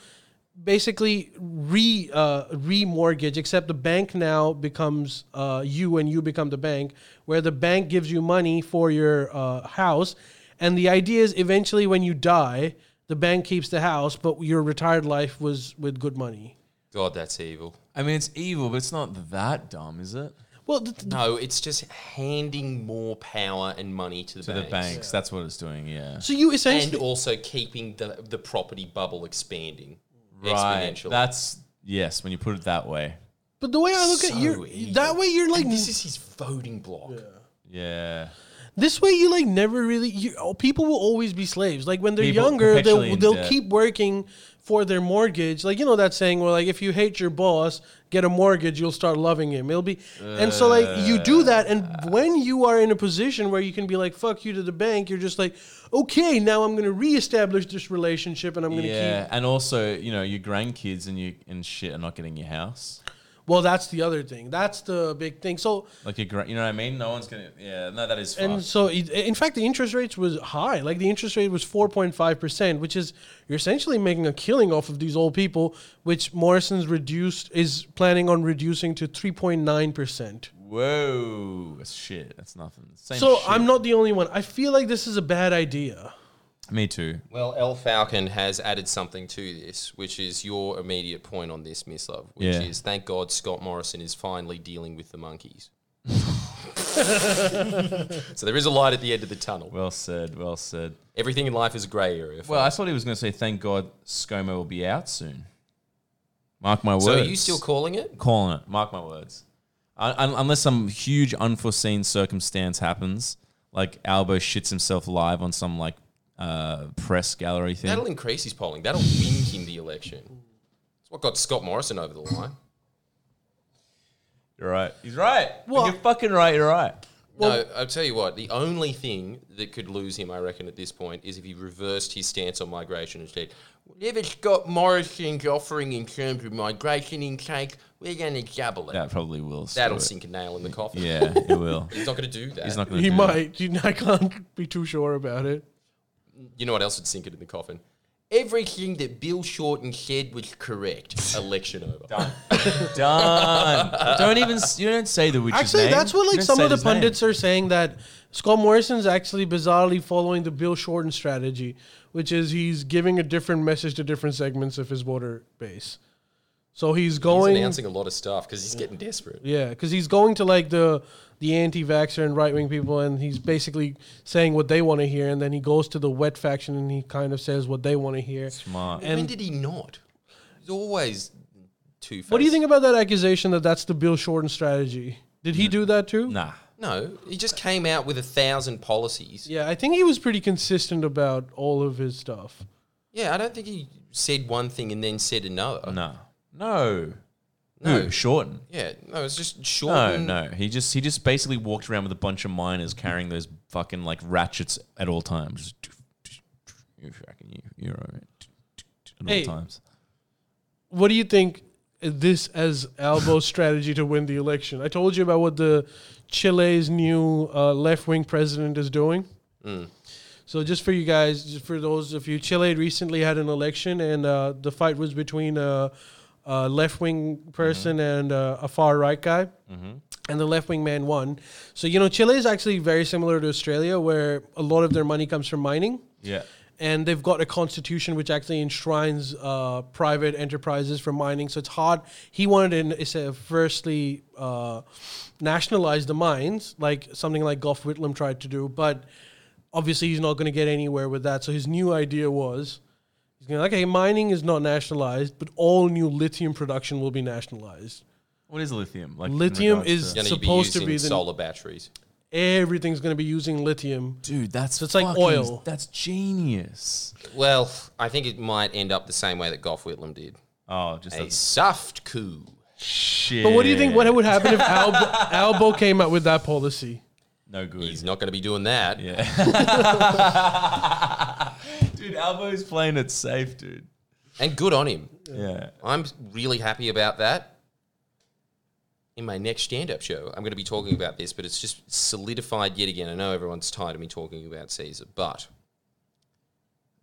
basically re uh, remortgage, except the bank now becomes uh, you and you become the bank, where the bank gives you money for your uh, house, and the idea is eventually when you die, the bank keeps the house, but your retired life was with good money. God, that's evil. I mean, it's evil, but it's not that dumb, is it? Well, th- th- No, it's just handing more power and money to the To banks. the banks. That's what it's doing. Yeah. so you And essentially also keeping the, the property bubble expanding Right. exponentially. That's yes. When you put it that way. But the way I look So at you, evil. that way you're like And this is his voting block. Yeah. this way you like never really you, oh, people will always be slaves. Like when they're People younger, perpetually they'll in they'll debt. keep working for their mortgage. Like you know that saying where like if you hate your boss, get a mortgage, you'll start loving him. It'll be and so like you Uh. do that, and when you are in a position where you can be like fuck you to the bank, you're just like okay, now I'm gonna reestablish this relationship, and I'm gonna Yeah. keep. And also, you know, your grandkids and you and shit are not getting your house. Well, that's the other thing. That's the big thing. So Like your grand, you know what I mean? No one's gonna. Yeah. No, that is. And fucked. so, it- in fact, the interest rates was high. Like the interest rate was four point five percent, which is you're essentially making a killing off of these old people. Which Morrison's reduced is planning on reducing to three point nine percent. Whoa, that's shit. That's nothing. Same So shit. I'm not the only one. I feel like this is a bad idea. Me too. Well, L Falcon has added something to this, which is your immediate point on this, Miss Love, which Yeah. is thank God Scott Morrison is finally dealing with the monkeys. So there is a light at the end of the tunnel. Well said. Well said. Everything in life is a grey area. Well, I thought he was going to say, "Thank God, ScoMo will be out soon." Mark my words. so are you still calling it? calling it? Mark my words. Un- un- unless some huge unforeseen circumstance happens, like Albo shits himself live on some like uh, press gallery thing. That'll increase his polling. That'll win him the election. It's what got Scott Morrison over the line. You're right. He's right. Well- You're fucking right. You're right. no, I'll tell you what. The only thing that could lose him, I reckon, at this point is if he reversed his stance on migration and said, whatever Scott Morrison's offering in terms of migration intake, we're going to double it. That probably will. stew That'll it. sink a nail in the coffin. Yeah, it will. He's not going to do that. He's not going to. He might. You know, I can't be too sure about it. You know what else would sink it in the coffin? Everything that Bill Shorten said was correct. Election over. Done. don't even. s- You don't say the witch's Actually, name. that's what You like don't some say of the his name. pundits are saying that Scott Morrison's actually bizarrely following the Bill Shorten strategy, which is he's giving a different message to different segments of his voter base. So he's He's going, announcing a lot of stuff because he's getting desperate. yeah, because he's going to like the the anti-vaxxer and right-wing people, and he's basically saying what they want to hear, and then he goes to the wet faction and he kind of says what they want to hear. Smart. And- when did he not? He's always two faced. What do you think about that accusation that that's the Bill Shorten strategy? Did he do that too? Nah. No, he just came out with a thousand policies. Yeah, I think he was pretty consistent about all of his stuff. Yeah, I don't think he said one thing and then said another. No. No. No. Who? Shorten. Yeah, no, it's just No, short. no. He just he just basically walked around with a bunch of miners carrying those fucking like ratchets at all times. Just You're fucking you. You're all right. At Hey. all times. What do you think of this as Albo's strategy to win the election? I told you about what the Chile's new uh, left-wing president is doing. Mm, So just for you guys, just for those of you, Chile recently had an election, and uh, the fight was between a, a left-wing person and uh, a far-right guy, and the left-wing man won. So you know, Chile is actually very similar to Australia, where a lot of their money comes from mining. Yeah. and they've got a constitution which actually enshrines uh, private enterprises for mining. So it's hard. He wanted to it's a- firstly uh, nationalize the mines, like something like Gough Whitlam tried to do, but obviously he's not going to get anywhere with that. So his new idea was. He's going, okay, mining is not nationalized, but all new lithium production will be nationalized. What is lithium? Like in Lithium regards is- to- Going to be Supposed to used in be the- solar batteries. Everything's going to be using lithium. dude. That's it's like fucking- oil. That's genius. Well, I think it might end up the same way that Gough Whitlam did. Oh, just A that soft coup. shit. But what do you think? What would happen if Albo, Albo came out with that policy? No good. He's not going to be doing that. Dude, Albo's playing it safe, dude. And good on him. Yeah. I'm really happy about that. In my next stand up show, I'm going to be talking about this, but it's just solidified yet again. I know everyone's tired of me talking about Caesar, but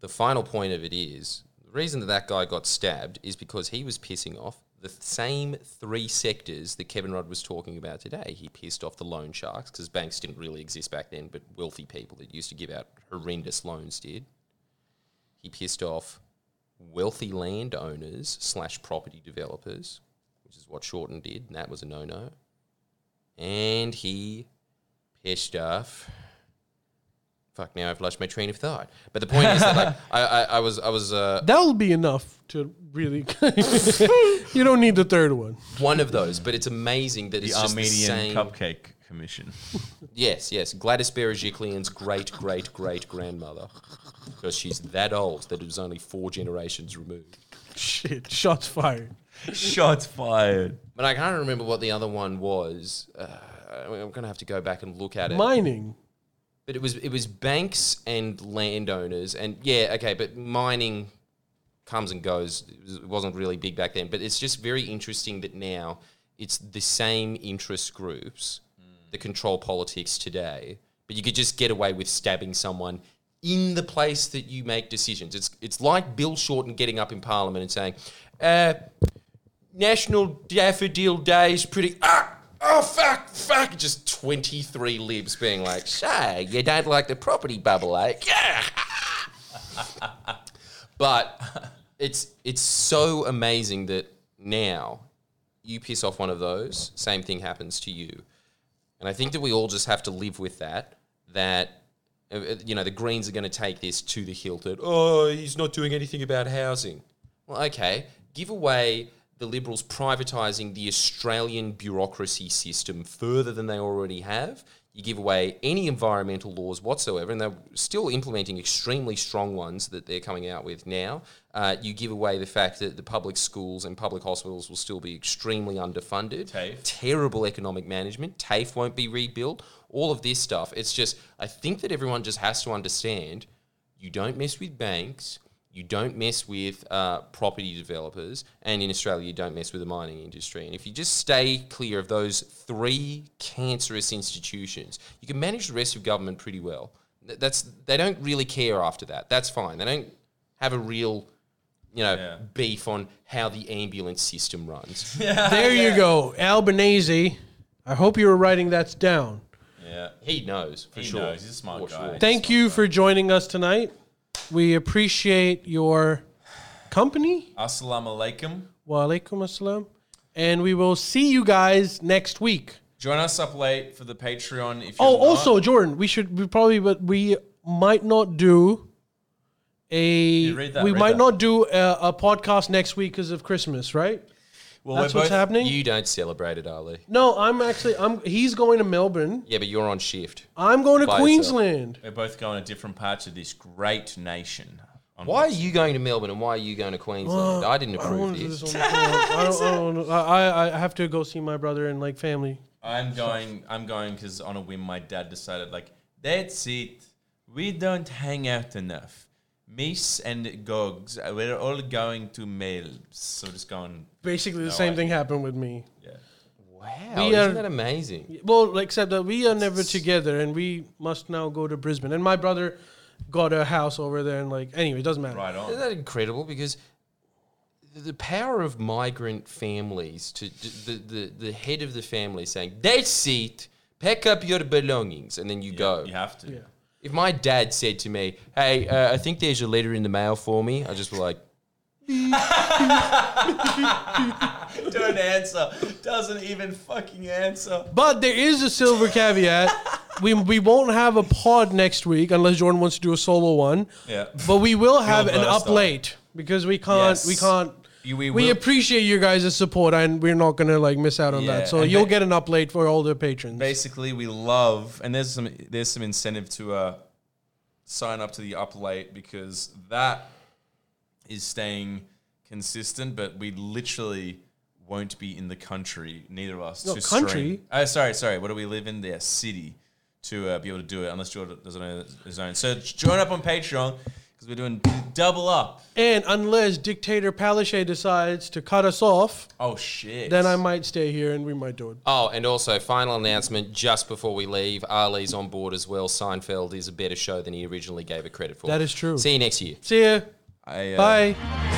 the final point of it is the reason that that guy got stabbed is because he was pissing off the same three sectors that Kevin Rudd was talking about today. He pissed off the loan sharks because banks didn't really exist back then, but wealthy people that used to give out horrendous loans did. He pissed off wealthy landowners slash property developers, which is what Shorten did, and that was a no no. And he pissed off. Fuck! Now I've lost my train of thought. But the point is that like I, I, I was I was uh, That'll be enough to really. you don't need the third one. one of those, but it's amazing that The it's just the Armenian same. Cupcake Commission. Yes, yes, Gladys Berejiklian's great great great grandmother, because she's that old that it was only four generations removed. Shit, shots fired. Shots fired. But I can't remember what the other one was. Uh, I'm gonna have to go back and look at it. Mining. But it was it was banks and landowners and yeah okay but mining comes and goes it was- it wasn't really big back then but it's just very interesting that now it's the same interest groups that control politics today but you could just get away with stabbing someone in the place that you make decisions it's it's like Bill Shorten getting up in Parliament and saying uh, National Daffodil Day is pretty. Ah, oh fuck, fuck! Just twenty three libs being like, "Say you don't like the property bubble, eh?" Yeah. but it's it's so amazing that now you piss off one of those, same thing happens to you. And I think that we all just have to live with that. That uh, uh, you know the Greens are going to take this to the hilt. That oh, he's not doing anything about housing. Well, okay, give away the Liberals privatising the Australian bureaucracy system further than they already have. You give away any environmental laws whatsoever, and they're still implementing extremely strong ones that they're coming out with now. Uh, you give away the fact that the public schools and public hospitals will still be extremely underfunded. TAFE. Terrible economic management. TAFE E won't be rebuilt. All of this stuff. It's just, I think that everyone just has to understand you don't mess with banks, you don't mess with uh, property developers, and in Australia, you don't mess with the mining industry. And if you just stay clear of those three cancerous institutions, you can manage the rest of government pretty well. Th- That's they don't really care after that. That's fine. They don't have a real, you know, Yeah. beef on how the ambulance system runs. There you go, Albanese. I hope you were writing that down. Yeah. he knows for He sure. knows. He's a smart For guy. sure. Thank you for joining us tonight. We appreciate your company. Assalamu alaikum. Wa alaikum assalam. And we will see you guys next week. Join us up late for the Patreon if you Oh, also, Jordan, we should we probably, but we might not do a. read that, we read might that. not do a, a podcast next week because of Christmas, right? well, That's we're what's both happening. You don't celebrate it, Ali. no, I'm actually. I'm. He's going to Melbourne. Yeah, but you're on shift. I'm going to By yourself. Queensland. we're both going to different parts of this great nation. On Why are you going to Melbourne and why are you going to Queensland? I didn't I don't approve want to do this. this on the phone. I don't- I don't wanna- I- I- I have to go see my brother and like family. I'm going. I'm going because on a whim, my dad decided like that's it. We don't hang out enough. Miss and Gogs, uh, we're all going to Melbs. So just going. Basically, the same thing happened with me. Yeah. Wow, We isn't are- that amazing? Well, except that we are never together, and we must now go to Brisbane. And my brother got a house over there, and like anyway, it doesn't matter. Right Isn't on. that incredible? Because the- the power of migrant families to to- the, the, the head of the family saying, that's it, pack up your belongings, and then you go. You have to. If my dad said to me, hey, uh, I think there's a letter in the mail for me, I just be like, Don't answer. Doesn't even fucking answer. But there is a silver caveat. we we won't have a pod next week unless Jordan wants to do a solo one. Yeah. But we will have old an brother up style. late because we can't we Yes. can't. You- We, we will- appreciate your guys' support, and we're not gonna like miss out on Yeah, that. So and you'll ba- get an up late for all the patrons. Basically, we love, and there's some there's some incentive to uh, sign up to the up late because that is staying consistent. But we literally won't be in the country, neither of us. No, to country? stream. Oh, sorry, sorry. What do we live in? There, city to uh, be able to do it, unless Jordan doesn't know his own. So join up on Patreon because we're doing double up. And unless dictator Palaszczuk decides to cut us off, Oh shit! then I might stay here and we might do it. oh, and also, final announcement just before we leave Ali's on board as well. Seinfeld is a better show than he originally gave it credit for. That is true. See you next year. See ya. I, uh, Bye.